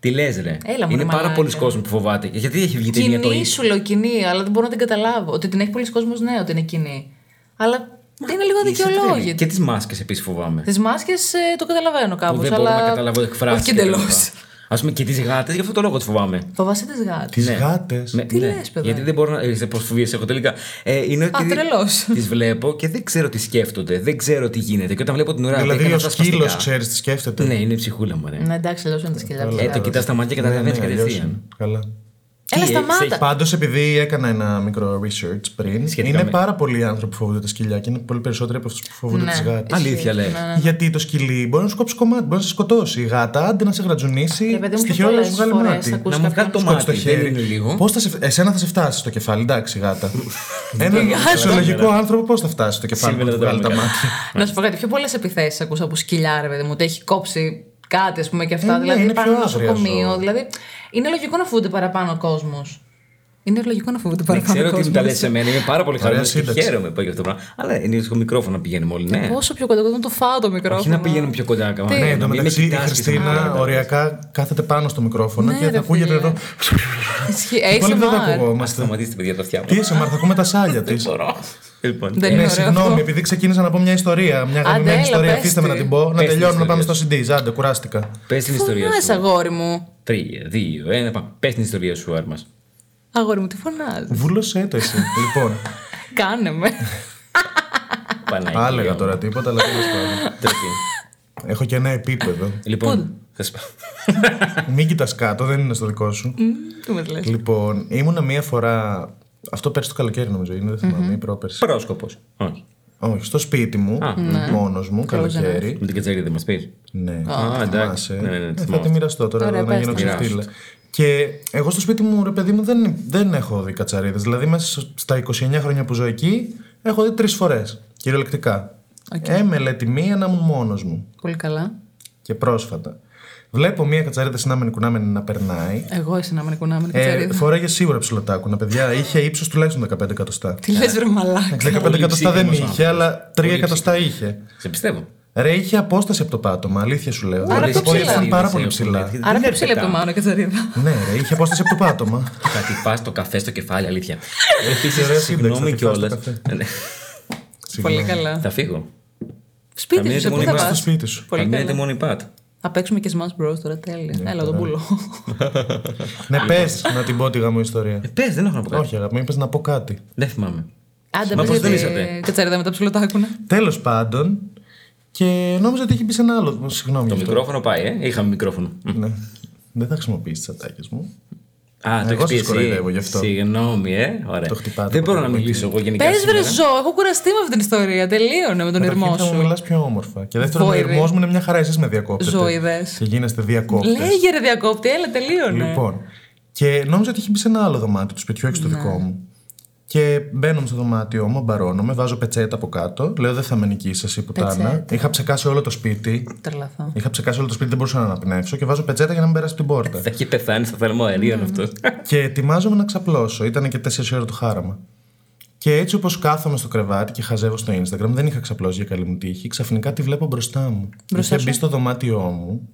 Speaker 4: Τι λες, ρε.
Speaker 3: Έλα, μωρέ,
Speaker 4: Είναι πάρα
Speaker 3: μαλάκα.
Speaker 4: πολλοί κόσμοι που φοβάται. Γιατί έχει βγει η ταινία το
Speaker 3: Κοινή
Speaker 4: ίδιο.
Speaker 3: σου λέω κοινή, αλλά δεν μπορώ να την καταλάβω. Ότι την έχει πολλοί κόσμος, ναι, ότι είναι κοινή. Αλλά είναι λίγο
Speaker 4: Και
Speaker 3: δικαιολόγητη.
Speaker 4: τις μάσκες επίσης φοβάμαι.
Speaker 3: Τις μάσκες ε, το καταλαβαίνω
Speaker 4: που
Speaker 3: κάπω.
Speaker 4: δεν μπορώ
Speaker 3: αλλά...
Speaker 4: να καταλάβω εκφράσει.
Speaker 3: Όχι εντελώς.
Speaker 4: Ας πούμε και τις γάτες, γι' αυτό το λόγο τις φοβάμαι.
Speaker 3: Φοβάσαι τις γάτες.
Speaker 5: Τις
Speaker 4: Ναι.
Speaker 5: γάτες.
Speaker 4: Με- ναι,
Speaker 3: Τι λες, παιδάκι.
Speaker 4: Γιατί δεν μπορώ να. Ε, πώ φοβίε έχω τελικά. Ε, είναι ότι.
Speaker 3: τρελός.
Speaker 4: Τις βλέπω και δεν ξέρω τι σκέφτονται. Δεν ξέρω τι γίνεται. Και όταν βλέπω την ουρά.
Speaker 5: Δηλαδή
Speaker 4: έκανε
Speaker 5: ο
Speaker 4: αυτά
Speaker 5: σκύλο
Speaker 4: σπαστικά.
Speaker 5: ξέρεις τι σκέφτεται.
Speaker 4: Ναι, είναι η ψυχούλα μου, ρε.
Speaker 3: Ναι, εντάξει, λέω είναι τα σκυλιά.
Speaker 4: Ε, το κοιτά στα μάτια και
Speaker 5: Ναι, ναι,
Speaker 4: καταλαβαίνει
Speaker 5: αλλιώς
Speaker 4: κατευθείαν.
Speaker 5: είναι. Καλά.
Speaker 3: Έλα,
Speaker 4: έχεις,
Speaker 3: σταμάτα.
Speaker 4: έχεις-
Speaker 5: Πάντως, επειδή έκανα ένα μικρό research πριν,
Speaker 4: Σχετικά
Speaker 5: είναι
Speaker 4: με-
Speaker 5: πάρα πολλοί άνθρωποι που φοβούνται τα σκυλιά και είναι πολύ περισσότεροι από αυτούς που φοβούνται
Speaker 3: Ναι.
Speaker 5: τις γάτες.
Speaker 3: Ισχύει.
Speaker 4: Αλήθεια λες.
Speaker 3: Ναι, ναι.
Speaker 5: Γιατί το σκυλί μπορεί να σου κόψει κομμάτι, μπορεί να σε σκοτώσει. Η γάτα, αντί να σε γρατζουνίσει,
Speaker 3: Ρε Ε, παιδί μου,
Speaker 5: στη
Speaker 3: πιο
Speaker 5: χειρότερα να
Speaker 3: πολλές
Speaker 5: σου βγάλει
Speaker 3: φορές
Speaker 5: μάτι.
Speaker 3: ακούς
Speaker 4: Να μου βγάλει το
Speaker 3: κάποιον-
Speaker 5: Σκότωσε το
Speaker 4: μάτι. Δεν είναι
Speaker 5: χέρι.
Speaker 4: λίγο.
Speaker 5: Πώς θα σε... Εσένα θα σε φτάσει στο κεφάλι, εντάξει, γάτα. Ένα φυσιολογικό άνθρωπο πώς θα φτάσει στο κεφάλι που
Speaker 4: Σήμερα
Speaker 5: του
Speaker 4: δεν τα
Speaker 5: βγάλει τα
Speaker 4: λέμε
Speaker 5: μάτια.
Speaker 3: Να σου πω κάτι. Πιο πολλές επιθέσεις ακούσα από σκυλιά, ρε παιδί μου. Ότι έχει κόψει κάτι, ας πούμε, και αυτά.
Speaker 5: Ε, ναι,
Speaker 3: δηλαδή
Speaker 5: είναι
Speaker 3: πάνω
Speaker 5: πιο
Speaker 3: στο
Speaker 5: άγρια
Speaker 3: νοσοκομείο.
Speaker 5: ζώα.
Speaker 3: Δηλαδή είναι λογικό να φοβούνται παραπάνω ο κόσμος. Είναι λογικό να φοβούνται
Speaker 4: Ναι,
Speaker 3: παραπάνω ο
Speaker 4: ξέρω
Speaker 3: κόσμο.
Speaker 4: ότι μου τα λε σε μένα, είμαι πάρα πολύ χαρούμενος και
Speaker 5: σύνταξη.
Speaker 4: χαίρομαι που έχει αυτό το πράγμα. Αλλά είναι λίγο μικρόφωνο πηγαίνουμε όλοι. Ναι,
Speaker 3: Πόσο πιο κοντά κοντά το φάω το μικρόφωνο.
Speaker 4: όχι να πηγαίνουμε πιο κοντά καμά.
Speaker 5: Ναι, εν τω
Speaker 4: να μην με
Speaker 5: μεταξύ η
Speaker 4: κοιτάς και σε
Speaker 5: Χριστίνα
Speaker 4: κοιτάει.
Speaker 5: οριακά κάθεται πάνω στο μικρόφωνο
Speaker 3: Ναι,
Speaker 5: και
Speaker 3: ρε
Speaker 5: θα ακούγεται
Speaker 3: φίλε.
Speaker 5: εδώ.
Speaker 3: Ισχύει.
Speaker 5: Πολύ δεν τα
Speaker 3: ASMR.
Speaker 4: Μας
Speaker 5: ακουγόμαστε.
Speaker 4: σταματήσετε, παιδιά, τα αυτιά μου.
Speaker 5: Τι είσαι, Μαρ, θα ακούμε τα σάλια τη.
Speaker 4: Δεν μπορώ. Λοιπόν,
Speaker 3: Δεν
Speaker 4: ε,
Speaker 5: Ναι,
Speaker 3: είναι Ε, ωραίο
Speaker 5: συγγνώμη,
Speaker 3: αυτό.
Speaker 5: επειδή ξεκίνησα να πω μια ιστορία. Μια
Speaker 3: έλα,
Speaker 5: αγαπημένη ιστορία,
Speaker 3: πες
Speaker 5: αφήστε με
Speaker 3: τη.
Speaker 5: να την πω. Να
Speaker 4: Πες την
Speaker 5: τελειώνω, να πάμε στο
Speaker 4: ιστορία
Speaker 5: CD. Άντε, κουράστηκα.
Speaker 4: πες την ιστορία
Speaker 3: Φωνάζει,
Speaker 4: σου.
Speaker 3: αγόρι μου.
Speaker 4: Τρία, δύο, ένα, πάμε. Πες την ιστορία σου, Άρμας.
Speaker 3: Αγόρι μου, τι φωνάζεις.
Speaker 5: Βούλωσε το εσύ. Λοιπόν,
Speaker 3: Κάνε με.
Speaker 5: θα έλεγα τώρα τίποτα, αλλά τέλο πάντων. Έχω και ένα επίπεδο.
Speaker 4: Λοιπόν, θα σου πω.
Speaker 5: Μην κοιτάς κάτω, δεν είναι στο δικό σου.
Speaker 3: Τι μα λες.
Speaker 5: Λοιπόν, ήμουνα μία φορά. Αυτό πέρσι το καλοκαίρι νομίζω είναι, δεν θυμάμαι, ή πρόπερσι.
Speaker 4: Πρόσκοπος. Όχι.
Speaker 5: Όχι, στο σπίτι μου,
Speaker 4: Α,
Speaker 3: ναι.
Speaker 5: μόνος μου, καλοκαίρι.
Speaker 4: Με την κατσαρίδα δεν μας πεις.
Speaker 5: Ναι,
Speaker 4: Α,
Speaker 5: θυμάσαι.
Speaker 4: εντάξει. Ναι, ναι, ναι,
Speaker 5: Ε, θα
Speaker 4: θυμόμαστε.
Speaker 5: τη μοιραστώ τώρα
Speaker 3: Ωραία,
Speaker 5: να
Speaker 3: πες
Speaker 5: γίνω
Speaker 3: τα.
Speaker 5: ξεφτύλα. Και εγώ στο σπίτι μου, ρε παιδί μου, δεν, δεν έχω δει κατσαρίδες. Δηλαδή, μέσα στα 29 χρόνια που ζω εκεί, έχω δει τρεις φορές. Κυριολεκτικά. Έμελε τη μία να ήμουν μόνος μου.
Speaker 3: Πολύ καλά.
Speaker 5: Και πρόσφατα. Βλέπω μία κατσαρίδα συνάμενη κουνάμενη να περνάει.
Speaker 3: Εγώ εσύ να με κουνάμε την
Speaker 5: Ε,
Speaker 3: κατσαρίδα.
Speaker 5: φοράγε σίγουρα ψηλοτάκουνα, παιδιά. Είχε ύψος τουλάχιστον 15 εκατοστά.
Speaker 3: Τι λες, ρε μαλάκα.
Speaker 5: 15
Speaker 4: Πολύ
Speaker 5: εκατοστά δεν
Speaker 4: ψύχρεμος άνθρωπος.
Speaker 5: είχε, αλλά 3
Speaker 4: Πολύ
Speaker 5: εκατοστά είχε.
Speaker 4: Σε πιστεύω.
Speaker 5: Ρε, είχε απόσταση από το πάτωμα, αλήθεια σου λέω.
Speaker 3: Άρα
Speaker 5: Δηλαδή,
Speaker 3: πιο
Speaker 5: τα πόδια
Speaker 3: ψηλά.
Speaker 5: ήταν πάρα
Speaker 4: Δεν
Speaker 5: πολύ
Speaker 4: ξέρω,
Speaker 5: ψηλά.
Speaker 4: δεν
Speaker 3: Άρα πιο
Speaker 4: έρχεται
Speaker 3: ψηλή από το
Speaker 4: τα-
Speaker 3: μάρο κατσαρίδα.
Speaker 5: Ναι, ρε, είχε απόσταση από το πάτωμα.
Speaker 4: Θα τη πα το καφέ στο κεφάλι, αλήθεια.
Speaker 5: Ωραία
Speaker 4: Επίση,
Speaker 5: σύνταξη, θα
Speaker 4: συγγνώμη
Speaker 5: τη φας το
Speaker 4: κιόλα.
Speaker 5: καφέ.
Speaker 3: Πολύ
Speaker 5: Συγγνώμη.
Speaker 3: καλά.
Speaker 4: Θα φύγω.
Speaker 3: Σπίτι σου,
Speaker 4: μείνετε
Speaker 3: σε πού
Speaker 4: μόνοι
Speaker 3: θα
Speaker 4: μας
Speaker 3: πας.
Speaker 5: στο σπίτι σου.
Speaker 3: Πολύ
Speaker 4: Θα μείνετε
Speaker 3: καλά.
Speaker 4: μόνο η πατ.
Speaker 3: Θα παίξουμε και Smash Bros τώρα, τέλεια. Έλα, τον πουλό.
Speaker 5: Ναι, πες να την πω τη γαμό
Speaker 3: Ε,
Speaker 5: ιστορία.
Speaker 4: Πες, δεν έχω να πω κάτι.
Speaker 5: Όχι, αγαπητοί, είπες να πω κάτι.
Speaker 4: Δεν θυμάμαι.
Speaker 3: Άντε,
Speaker 4: Μα
Speaker 3: πες
Speaker 4: πώς δεν
Speaker 3: για τη
Speaker 4: είσατε.
Speaker 3: κατσαρίδα με τα ψηλοτάκουνα.
Speaker 5: Τέλος πάντων, και νόμιζα ότι είχε μπει σε ένα άλλο. Συγγνώμη.
Speaker 4: Το
Speaker 5: γι' αυτό.
Speaker 4: μικρόφωνο πάει, ε. Είχαμε μικρόφωνο.
Speaker 5: Ναι. Δεν θα χρησιμοποιήσει τις ατάκες μου.
Speaker 4: Α, το
Speaker 5: Εγώ
Speaker 4: έχεις πει
Speaker 5: σας κοροϊδεύω γι'
Speaker 4: εσύ.
Speaker 5: αυτό.
Speaker 4: Συγγνώμη, ε. Ωραία.
Speaker 5: Το χτυπάτε
Speaker 4: Δεν μπορώ να
Speaker 5: ποτέ, ποτέ.
Speaker 4: μιλήσω εγώ γενικά.
Speaker 3: Πες βρε
Speaker 4: σήμερα.
Speaker 3: ζω, έχω κουραστεί με αυτή την ιστορία. Τελείωνε με τον
Speaker 5: Καταρχήν
Speaker 3: ηρμό
Speaker 5: θα μου
Speaker 3: σου.
Speaker 5: μιλάς πιο όμορφα. Και δεύτερον, ο
Speaker 3: Βόηδη.
Speaker 5: ηρμό μου είναι μια χαρά. Εσείς με διακόπτετε.
Speaker 3: Ζώιδες.
Speaker 5: Και γίνεστε διακόπτες.
Speaker 3: Λέγε ρε διακόπτη, έλα, τελείωνε.
Speaker 5: Λοιπόν, και νόμιζα ότι είχε μπει σε ένα άλλο δωμάτιο του σπιτιού, έξω το δικό μου. Και μπαίνω στο δωμάτιό μου, μπαρώνομαι, βάζω πετσέτα από κάτω. Λέω δεν θα με νικήσεις εσύ πουτάνα.
Speaker 3: Πετσέτα.
Speaker 5: Είχα ψεκάσει όλο το σπίτι.
Speaker 3: Τρελαθώ.
Speaker 5: Είχα ψεκάσει όλο το σπίτι, δεν μπορούσα να αναπνεύσω και βάζω πετσέτα για να μην περάσει από την πόρτα.
Speaker 4: Θα έχει πεθάνει στο θερμό αερίο αυτός.
Speaker 5: και ετοιμάζομαι να ξαπλώσω. Ήταν και 4 ώρα το χάραμα. Και έτσι όπως κάθομαι στο κρεβάτι και χαζεύω στο Instagram, δεν είχα ξαπλώσει για καλή μου τύχη. Ξαφνικά τη βλέπω μπροστά μου.
Speaker 3: Μπροστά
Speaker 5: είχε μπει
Speaker 3: σου?
Speaker 5: στο δωμάτιό μου.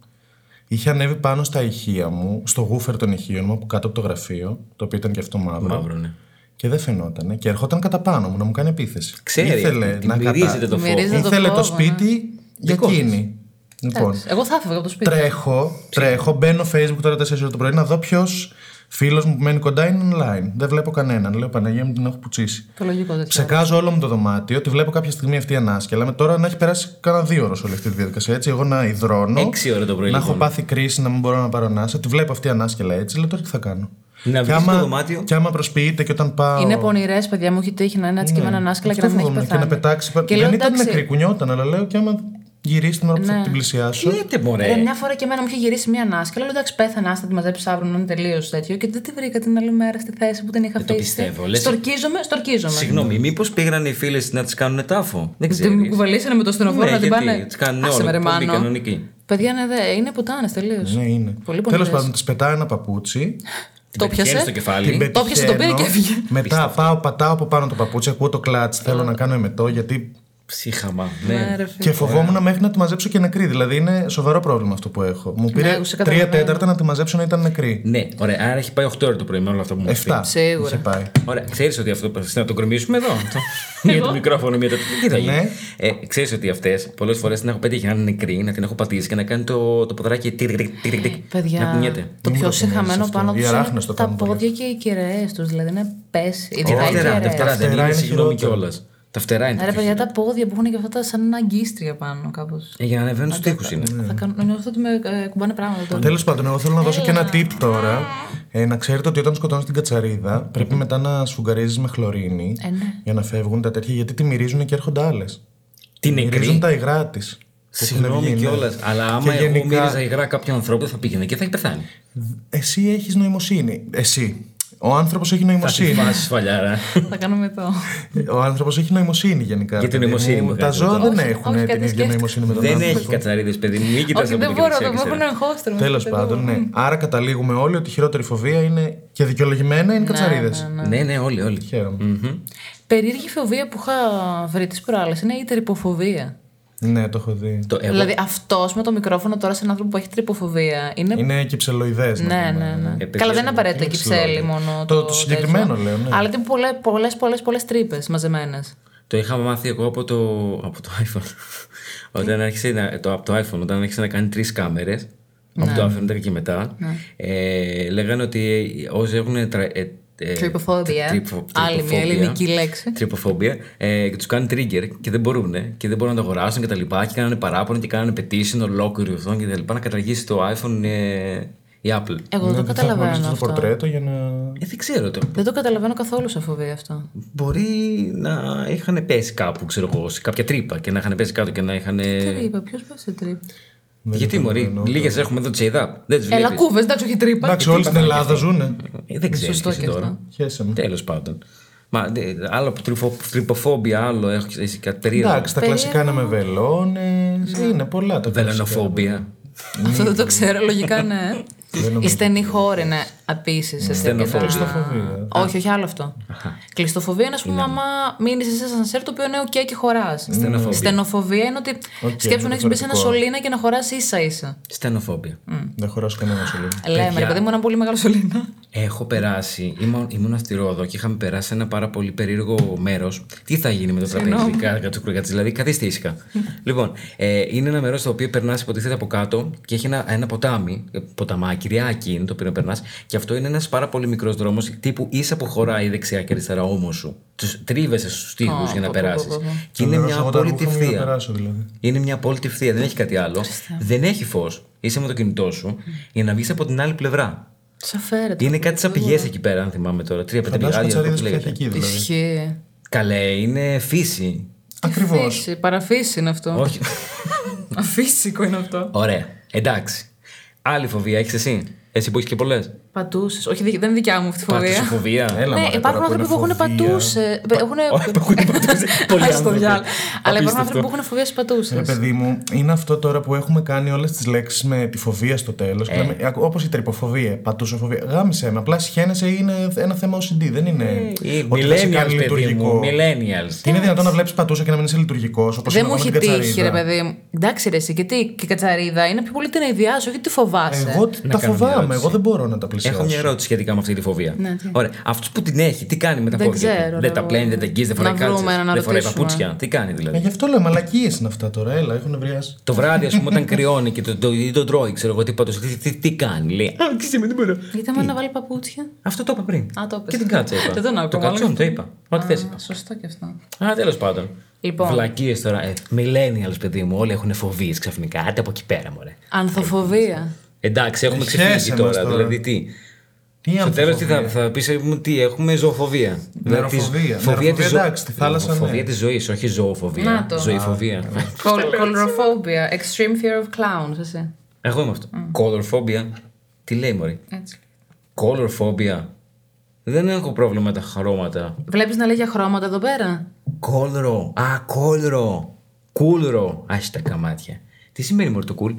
Speaker 5: Είχε ανέβει πάνω στα ηχεία μου, στο γούφερ των ηχείων μου, από κάτω από το γραφείο, το οποίο ήταν και αυτό μαύρο.
Speaker 4: Μαύρο, ναι.
Speaker 5: Και δεν φαινότανε. Και ερχόταν κατά πάνω μου να μου κάνει επίθεση.
Speaker 4: Ξέρει.
Speaker 5: Ήθελε
Speaker 4: τη
Speaker 5: να
Speaker 4: μυρίζεται
Speaker 5: κατά...
Speaker 4: το φω.
Speaker 3: Μυρίζεται.
Speaker 5: Ήθελε το,
Speaker 3: φόβο,
Speaker 5: σπίτι για
Speaker 4: Δικό της.
Speaker 5: εκείνη. Λοιπόν,
Speaker 3: Εντάξει, Εγώ θα έφευγα από το σπίτι.
Speaker 5: Τρέχω, τρέχω, μπαίνω Facebook τώρα 4 ώρα το πρωί να δω ποιος φίλος μου που μένει κοντά είναι online. Δεν βλέπω κανέναν. Λέω Παναγία μου την έχω πουτσίσει.
Speaker 3: Το λογικό τέτοιο.
Speaker 5: Ψεκάζω όλο μου το δωμάτιο, τη βλέπω κάποια στιγμή αυτή ανάσκελα. Με τώρα να έχει περάσει κανένα δύο ώρες όλη αυτή τη διαδικασία. Έτσι, εγώ να υδρώνω.
Speaker 4: Έξι ώρα το πρωί,
Speaker 5: Να
Speaker 4: λοιπόν.
Speaker 5: έχω πάθει κρίση, να μην μπορώ να πάρω ανάσα. Τη βλέπω αυτή ανάσκελα έτσι. Λέω τώρα τι θα κάνω.
Speaker 4: Να
Speaker 5: Κι
Speaker 4: βγεις
Speaker 5: άμα-
Speaker 4: στο δωμάτιο.
Speaker 5: Κι άμα προσποιείται και όταν πάω.
Speaker 3: Είναι πονηρές, παιδιά μου, έχει τύχει να είναι έτσι και με έναν άσκελα και
Speaker 5: Ναι. Αυτό
Speaker 3: να μην έχει
Speaker 5: φοβόμουν,
Speaker 3: πεθάνει.
Speaker 5: Και να πετάξει.
Speaker 3: Και λέω,
Speaker 5: δεν ήταν
Speaker 3: εντάξει,
Speaker 5: νεκρή, κουνιόταν, αλλά λέω και άμα γυρίσει την ώρα που θα
Speaker 3: Ναι.
Speaker 5: την πλησιάσω.
Speaker 4: Λέτε, μωρέ.
Speaker 3: Ρε, μια φορά και εμένα μου είχε γυρίσει μια ανάσκελα. Λέω εντάξει, πέθανε, άστα τη μαζέψεις αύριο να είναι τελείως τέτοιο. Και δεν τη βρήκα την άλλη μέρα στη θέση που την είχα
Speaker 4: Ε, το
Speaker 3: αφήσει.
Speaker 4: πιστεύω, λες.
Speaker 3: Στορκίζομαι, στορκίζομαι.
Speaker 4: Συγγνώμη, μήπως πήγαν οι φίλες να τις κάνουν τάφο. Δεν
Speaker 3: Την
Speaker 4: ξέρεις.
Speaker 3: μου κουβαλήσανε με το στενοφόρο
Speaker 4: Ναι,
Speaker 3: να την
Speaker 4: γιατί
Speaker 3: πάνε.
Speaker 4: τις κάνουν
Speaker 3: Άσε
Speaker 4: όλο,
Speaker 3: με, ρε,
Speaker 4: εκπομπή
Speaker 3: Μάνο.
Speaker 4: κανονική.
Speaker 3: Παιδιά, ναι, δε, είναι πουτάνες τελείως.
Speaker 5: Ναι, είναι.
Speaker 3: Πολύ
Speaker 5: Τέλος
Speaker 3: πονηρές.
Speaker 5: πάντων, τη πετάει ένα παπούτσι.
Speaker 3: Το πιασε.
Speaker 4: στο
Speaker 5: Την
Speaker 4: κεφάλι.
Speaker 3: Το πιασε, το πήρε και
Speaker 5: πετυχαίνω.
Speaker 3: έφυγε.
Speaker 5: Μετά πάω, πατάω από πάνω το παπούτσι, ακούω το κλατ. Θέλω να κάνω εμετό γιατί.
Speaker 4: Ψύχαμα. Ναι.
Speaker 3: Ναι, ρε, φίλε.
Speaker 5: Και φοβόμουν μέχρι να τη μαζέψω και νεκρή. Δηλαδή είναι σοβαρό πρόβλημα αυτό που έχω. Μου πήρε
Speaker 3: εγώ σε
Speaker 5: τρία
Speaker 3: καταλαβαίνω.
Speaker 5: τέταρτα να τη μαζέψω να ήταν νεκρή.
Speaker 4: Ναι, ωραία. Άρα έχει πάει 8 ώρα το πρωί με όλο αυτό που μου
Speaker 5: Εφτά.
Speaker 3: Σίγουρα.
Speaker 5: Είχε πάει.
Speaker 4: Ωραία, ξέρεις ότι αυτό. Να το κρεμίσουμε εδώ. Το- μία το μικρόφωνο, μία το. Τι θα γίνει.
Speaker 5: Ναι.
Speaker 4: Ε, ξέρεις ότι αυτές πολλές φορές την έχω πετύχει να είναι νεκρή, να την έχω πατήσει και να κάνει το, το ποδαράκι. τικ, τικ, τικ, τικ, τικ, Να
Speaker 3: Ε, Παιδιά,
Speaker 4: κουνιέται.
Speaker 3: το
Speaker 5: Μην μου
Speaker 3: πιο
Speaker 5: το θυμίζεις
Speaker 3: συχαμένο
Speaker 5: αυτό.
Speaker 3: πάνω
Speaker 5: Οι
Speaker 3: του είναι
Speaker 5: αράχνες το
Speaker 3: τα
Speaker 5: κάνουν πολύ.
Speaker 3: πόδια και οι κεραίε τους. Δηλαδή να πέσει. Ειδικά
Speaker 4: Δευτερά,
Speaker 3: οι κεραίες.
Speaker 4: δευτερά δεν
Speaker 5: Δευτερά
Speaker 4: είναι,
Speaker 5: είναι
Speaker 4: συγγνώμη
Speaker 5: χειρότερα.
Speaker 4: κιόλας. Τα φτερά είναι.
Speaker 3: Ρε
Speaker 4: τέτοια.
Speaker 3: παιδιά, τα πόδια που έχουν και αυτά τα σαν ένα αγκίστρια πάνω κάπως.
Speaker 4: Ε, Για να ανεβαίνουν
Speaker 5: Ναι.
Speaker 4: στου τοίχου είναι.
Speaker 3: Θα κάνω, νιώθω ότι με ε, κουμπάνε πράγματα τώρα.
Speaker 5: Τέλος πάντων, εγώ θέλω να δώσω και ένα tip τώρα Ε, να ξέρετε ότι όταν σκοτώνεις την κατσαρίδα, πρέπει μετά να σφουγγαρίζει με χλωρίνη
Speaker 3: Ε, ναι.
Speaker 5: για να φεύγουν τα τέτοια, γιατί τη μυρίζουν και έρχονται άλλες.
Speaker 4: Την
Speaker 5: Μυρίζουν
Speaker 4: νεκρή.
Speaker 5: τα υγρά της. ναι.
Speaker 4: Συγγνώμη κιόλας, αλλά άμα εγώ μύριζα υγρά κάποιου ανθρώπου θα πήγαινε και θα έχει πεθάνει.
Speaker 5: Εσύ έχεις νοημοσύνη. Εσύ. Ο άνθρωπος έχει
Speaker 4: Θα τη
Speaker 5: νοημοσύνη.
Speaker 4: φάσει σφαλιάρα.
Speaker 3: Θα κάνουμε το.
Speaker 5: Ο άνθρωπος έχει νοημοσύνη γενικά.
Speaker 4: Για την
Speaker 5: παιδί
Speaker 4: νοημοσύνη μου
Speaker 5: Τα
Speaker 4: κάνει
Speaker 5: ζώα
Speaker 4: αυτό.
Speaker 5: δεν
Speaker 3: Όχι,
Speaker 5: έχουν
Speaker 3: όχι,
Speaker 5: την
Speaker 3: κάτι
Speaker 5: ίδια
Speaker 3: σκέφτηκα.
Speaker 5: νοημοσύνη με τον
Speaker 4: Δεν
Speaker 5: άνθρωπο.
Speaker 4: έχει κατσαρίδες, παιδί μου. Μην κοιτάς
Speaker 3: Όχι,
Speaker 4: από
Speaker 3: δεν
Speaker 4: το
Speaker 3: μπορώ,
Speaker 4: κεφάλι
Speaker 3: το μου έχουν εγχώστρο.
Speaker 5: Τέλο πάντων, ναι. Άρα καταλήγουμε όλοι ότι η χειρότερη φοβία είναι και δικαιολογημένα είναι κατσαρίδες.
Speaker 4: Ναι, ναι, όλοι, όλοι.
Speaker 5: Χαίρομαι.
Speaker 3: Περίεργη φοβία που είχα βρει τις προάλλες είναι η τρυποφοβία.
Speaker 5: Ναι, το έχω δει.
Speaker 4: Το- εγώ-
Speaker 3: Δηλαδή αυτός με το μικρόφωνο τώρα σε έναν άνθρωπο που έχει τρυποφοβία είναι.
Speaker 5: Είναι κυψελοειδές.
Speaker 3: Ναι, ναι, ναι.
Speaker 4: παιδιά,
Speaker 3: Καλά, δεν είναι απαραίτητα
Speaker 5: είναι
Speaker 3: κυψέλη
Speaker 5: ψηλό. ναι.
Speaker 3: μόνο.
Speaker 5: Το- το συγκεκριμένο λέω, ναι.
Speaker 3: Αλλά ήταν πολλές, πολλές, πολλές, πολλές τρύπες μαζεμένες.
Speaker 4: Το είχα μάθει εγώ από το, από το iPhone. όταν άρχισε να, το, από το iPhone, όταν άρχισε να κάνει τρεις κάμερες.
Speaker 3: Ναι.
Speaker 4: Από το iPhone 10 και μετά. Ε, λέγανε ότι όσοι έχουν. Τρα, ε, ε,
Speaker 3: Τρυποφόβια.
Speaker 4: τρυπο-
Speaker 3: Άλλη μια
Speaker 4: τρυποφόβια,
Speaker 3: ελληνική λέξη.
Speaker 4: Τρυποφόβια. Ε, και τους κάνει trigger και δεν μπορούν και δεν μπορούν να το αγοράσουν και τα λοιπά. Και κάνανε παράπονο και κάνανε petition ολόκληρη οθόνη και τα λοιπά. Να καταργήσει το iPhone ε, η Apple.
Speaker 3: Εγώ
Speaker 5: Ναι, Θα
Speaker 3: δεν το
Speaker 5: έχουμε
Speaker 3: καταλαβαίνω
Speaker 5: το
Speaker 3: αυτό.
Speaker 5: πορτρέτο για να.
Speaker 4: Ε, δεν ξέρω το.
Speaker 3: Δεν το καταλαβαίνω καθόλου σαν φοβία αυτό.
Speaker 4: Μπορεί να είχαν πέσει κάπου, ξέρω εγώ, σε κάποια τρύπα και να είχαν πέσει κάτω και να είχαν.
Speaker 5: Ε.
Speaker 3: Τρύπα, ποιος πάει σε τρύπα.
Speaker 4: Γιατί μωρή, λίγες έχουμε εδώ τσέιδα. Δεν τις
Speaker 3: Έλα
Speaker 4: βλέπεις.
Speaker 3: κούβες, εντάξει, όχι τρύπα.
Speaker 5: Εντάξει, όλοι στην Ελλάδα ζουνε.
Speaker 4: Δεν ξέρω
Speaker 3: Σωστό
Speaker 4: τι είσαι
Speaker 3: και
Speaker 4: τώρα.
Speaker 3: αυτό.
Speaker 5: Χαίρεσαι με.
Speaker 4: Τέλος πάντων. Μα δε, άλλο από τρυφο, τρυποφόμπια, άλλο έχεις εσύ κάτι περίεργο.
Speaker 5: Εντάξει, τα
Speaker 3: Περίεργο. Ναι.
Speaker 5: κλασικά είναι με βελόνες. Είναι πολλά τα κλασικά.
Speaker 4: Βελανοφόμπια.
Speaker 3: Αυτό δεν το ξέρω, λογικά ναι.
Speaker 5: Δεν
Speaker 3: Η στενή χώρη ναι, είναι επίση.
Speaker 4: Στενοφοβία.
Speaker 5: Κλειστοφοβία.
Speaker 3: Όχι, όχι άλλο αυτό. Κλειστοφοβία είναι, ας πούμε, άμα μείνεις σε ένα σερ το οποίο είναι οκ και χωράς.
Speaker 4: Στενοφοβία.
Speaker 3: Στενοφοβία είναι ότι
Speaker 5: Οκ,
Speaker 3: σκέψου να έχεις μπει σε ένα
Speaker 5: διαφορετικό.
Speaker 3: σωλήνα και να χωράς ίσα ίσα.
Speaker 4: Στενοφόμπια.
Speaker 5: Δεν χωράσω κανένα σου λέει.
Speaker 3: Λέμε, ρε παιδί μου, ένα πολύ μεγάλο σωλήνα.
Speaker 4: Έχω περάσει, ήμουν, ήμουνα στη Ρόδο και είχαμε περάσει ένα πάρα πολύ περίεργο μέρος. Τι θα γίνει με το τραπέζι, κατσουκρουκάτσι, δηλαδή καθίστε ήσυχα. λοιπόν, ε, είναι ένα μέρος το οποίο περνάς, υποτίθεται από κάτω και έχει ένα, ένα ποτάμι, ε, ποταμάκι, ριάκι είναι το οποίο περνάς. Και αυτό είναι ένας πάρα πολύ μικρός δρόμος τύπου είσαι από χωράει δεξιά και αριστερά όμως σου. Τους τρίβεσαι στους τοίχου για να περάσει. Και είναι μια απόλυτη
Speaker 5: Να
Speaker 4: ευθεία.
Speaker 5: περάσω δηλαδή.
Speaker 4: Είναι μια απόλυτη ευθεία, δεν έχει κάτι άλλο. Δεν έχει φως, είσαι με το κινητό σου για να βγεις από την άλλη πλευρά.
Speaker 3: Σαφέρεται.
Speaker 4: Είναι κάτι σαν πηγές εκεί πέρα, αν θυμάμαι τώρα. Τρία πέντε
Speaker 5: Φαντάζομαι
Speaker 4: πηγάδια.
Speaker 5: κατσαρίδε
Speaker 4: αυτό
Speaker 5: που
Speaker 4: λέγεται.
Speaker 5: έχει εκεί δηλαδή.
Speaker 3: Ισχύει.
Speaker 4: Καλέ, είναι φύση.
Speaker 5: Ακριβώς.
Speaker 3: Φύση, παραφύση είναι αυτό.
Speaker 4: Όχι.
Speaker 3: Αφύσικο είναι αυτό.
Speaker 4: Ωραία. Εντάξει. Άλλη φοβία έχεις εσύ. Εσύ που έχεις και πολλές.
Speaker 3: Πατούσες. Όχι, δι- δεν είναι δικιά μου αυτή η φοβία.
Speaker 4: Πατουσοφοβία.
Speaker 5: Έλα,
Speaker 3: Ναι,
Speaker 5: μωρέ,
Speaker 3: υπάρχουν
Speaker 5: τώρα
Speaker 3: άνθρωποι που έχουν ε,
Speaker 5: είναι φοβία.
Speaker 3: πατούσε. Έχουν.
Speaker 4: Όχι, που έχουν πατούσε. Πολλοί
Speaker 3: ε, Ας το
Speaker 4: άνθρωποι.
Speaker 3: διάλογο. Αλλά υπάρχουν
Speaker 4: Απίστευτο.
Speaker 3: άνθρωποι που έχουν φοβία στι
Speaker 5: Ρε
Speaker 3: πατούσε.
Speaker 5: παιδί μου, είναι αυτό τώρα που έχουμε κάνει όλες τις λέξεις με τη φοβία στο τέλος.
Speaker 4: Ε.
Speaker 5: Όπως η τρυποφοβία, πατούσοφοβία. Γάμισε με. Απλά σχένεσαι είναι ένα θέμα OCD. Δεν είναι.
Speaker 4: Ή
Speaker 5: ότι θα σε κάνει
Speaker 4: Ε, Millennials, παιδί μου. Millennials.
Speaker 5: Είναι δυνατόν να βλέπεις πατούσα και να μην είσαι λειτουργικός. Όπως
Speaker 3: Δεν μου έχει τύχει, ρε παιδί μου. Εντάξει, ρε, εσύ, γιατί και η κατσαρίδα είναι πιο πολύ την αηδιά σου, όχι τη φοβάσαι.
Speaker 5: Ε, Εγώ
Speaker 4: κάνω μια
Speaker 5: τα φοβάμαι.
Speaker 4: ερώτηση.
Speaker 5: Εγώ δεν μπορώ να τα πλησιάσω.
Speaker 4: Έχω μια ερώτηση σχετικά με αυτή τη φοβία. Ωραία. Αυτός που την έχει, τι κάνει με τα
Speaker 3: Ναι, Δεν
Speaker 4: πόδια. του?
Speaker 3: ξέρω,
Speaker 4: Δεν
Speaker 3: ρε,
Speaker 4: τα
Speaker 3: εγώ.
Speaker 4: πλένει, δεν τα αγγίζει, δεν
Speaker 3: Να
Speaker 4: φοράει
Speaker 3: βρούμε
Speaker 4: κάλτσες,
Speaker 3: έναν να
Speaker 4: Δεν φοράει
Speaker 3: ρωτήσουμε.
Speaker 4: παπούτσια. Τι κάνει
Speaker 5: Ε,
Speaker 4: δηλαδή.
Speaker 5: Γι' αυτό λέω, μαλακίες είναι αυτά τώρα. Έλα, έχουν ευρεάσει.
Speaker 4: Το βράδυ, ας πούμε, όταν κρυώνει και τον το, ή τον τρώει, ξέρω εγώ τι πατούσε, τι, τι, τι κάνει. Λέει, Α, ξύσε με, δεν μπορώ.
Speaker 3: Γιατί άμα να βάλει παπούτσια.
Speaker 4: Αυτό το είπα πριν.
Speaker 3: Α, το είπες.
Speaker 4: Και την κάτσα είπα.
Speaker 3: Δεν τον άκουγα,
Speaker 4: Το
Speaker 3: μάλλον.
Speaker 4: κατσόν το είπα. Ό,τι θες είπα.
Speaker 3: Α, Σωστό και αυτό.
Speaker 4: Α, τέλος πάντων.
Speaker 3: Λοιπόν.
Speaker 4: Βλακίες τώρα. Ε, millennials, παιδί μου, όλοι έχουν φοβίες ξαφνικά. Άντε από εκεί πέρα, μωρέ.
Speaker 3: Ανθοφοβία.
Speaker 4: Εντάξει, έχουμε
Speaker 5: Ε,
Speaker 4: ξεφύγει
Speaker 5: χέσε
Speaker 4: τώρα.
Speaker 5: μας τώρα.
Speaker 4: Δηλαδή τι.
Speaker 5: Τι
Speaker 4: Στο τέλος τι θα,
Speaker 5: ανθοφοβία.
Speaker 4: θα πεις, τι, έχουμε ζωοφοβία. Δηλαδή, της- Φοβία
Speaker 5: Νεροφοβία.
Speaker 4: της
Speaker 5: Νεροφοβία,
Speaker 4: ζωή.
Speaker 5: εντάξει, τη θάλασσα, ναι.
Speaker 4: Φοβία της ζωής, όχι ζωοφοβία.
Speaker 3: Να το.
Speaker 4: Ζωηφοβία.
Speaker 3: Κολροφόμπια. Extreme fear of clowns, εσύ.
Speaker 4: Εγώ είμαι αυτό. Colorphobia. Τι λέει, Μωρή.
Speaker 3: Έτσι.
Speaker 4: Color phobia. Δεν έχω πρόβλημα με τα χρώματα.
Speaker 3: Βλέπεις να λέει για χρώματα εδώ πέρα.
Speaker 4: Κόλρο. Α, κόλρο. Κούλρο. Άσε τα καμάτια. Τι σημαίνει μόνο το κουλ.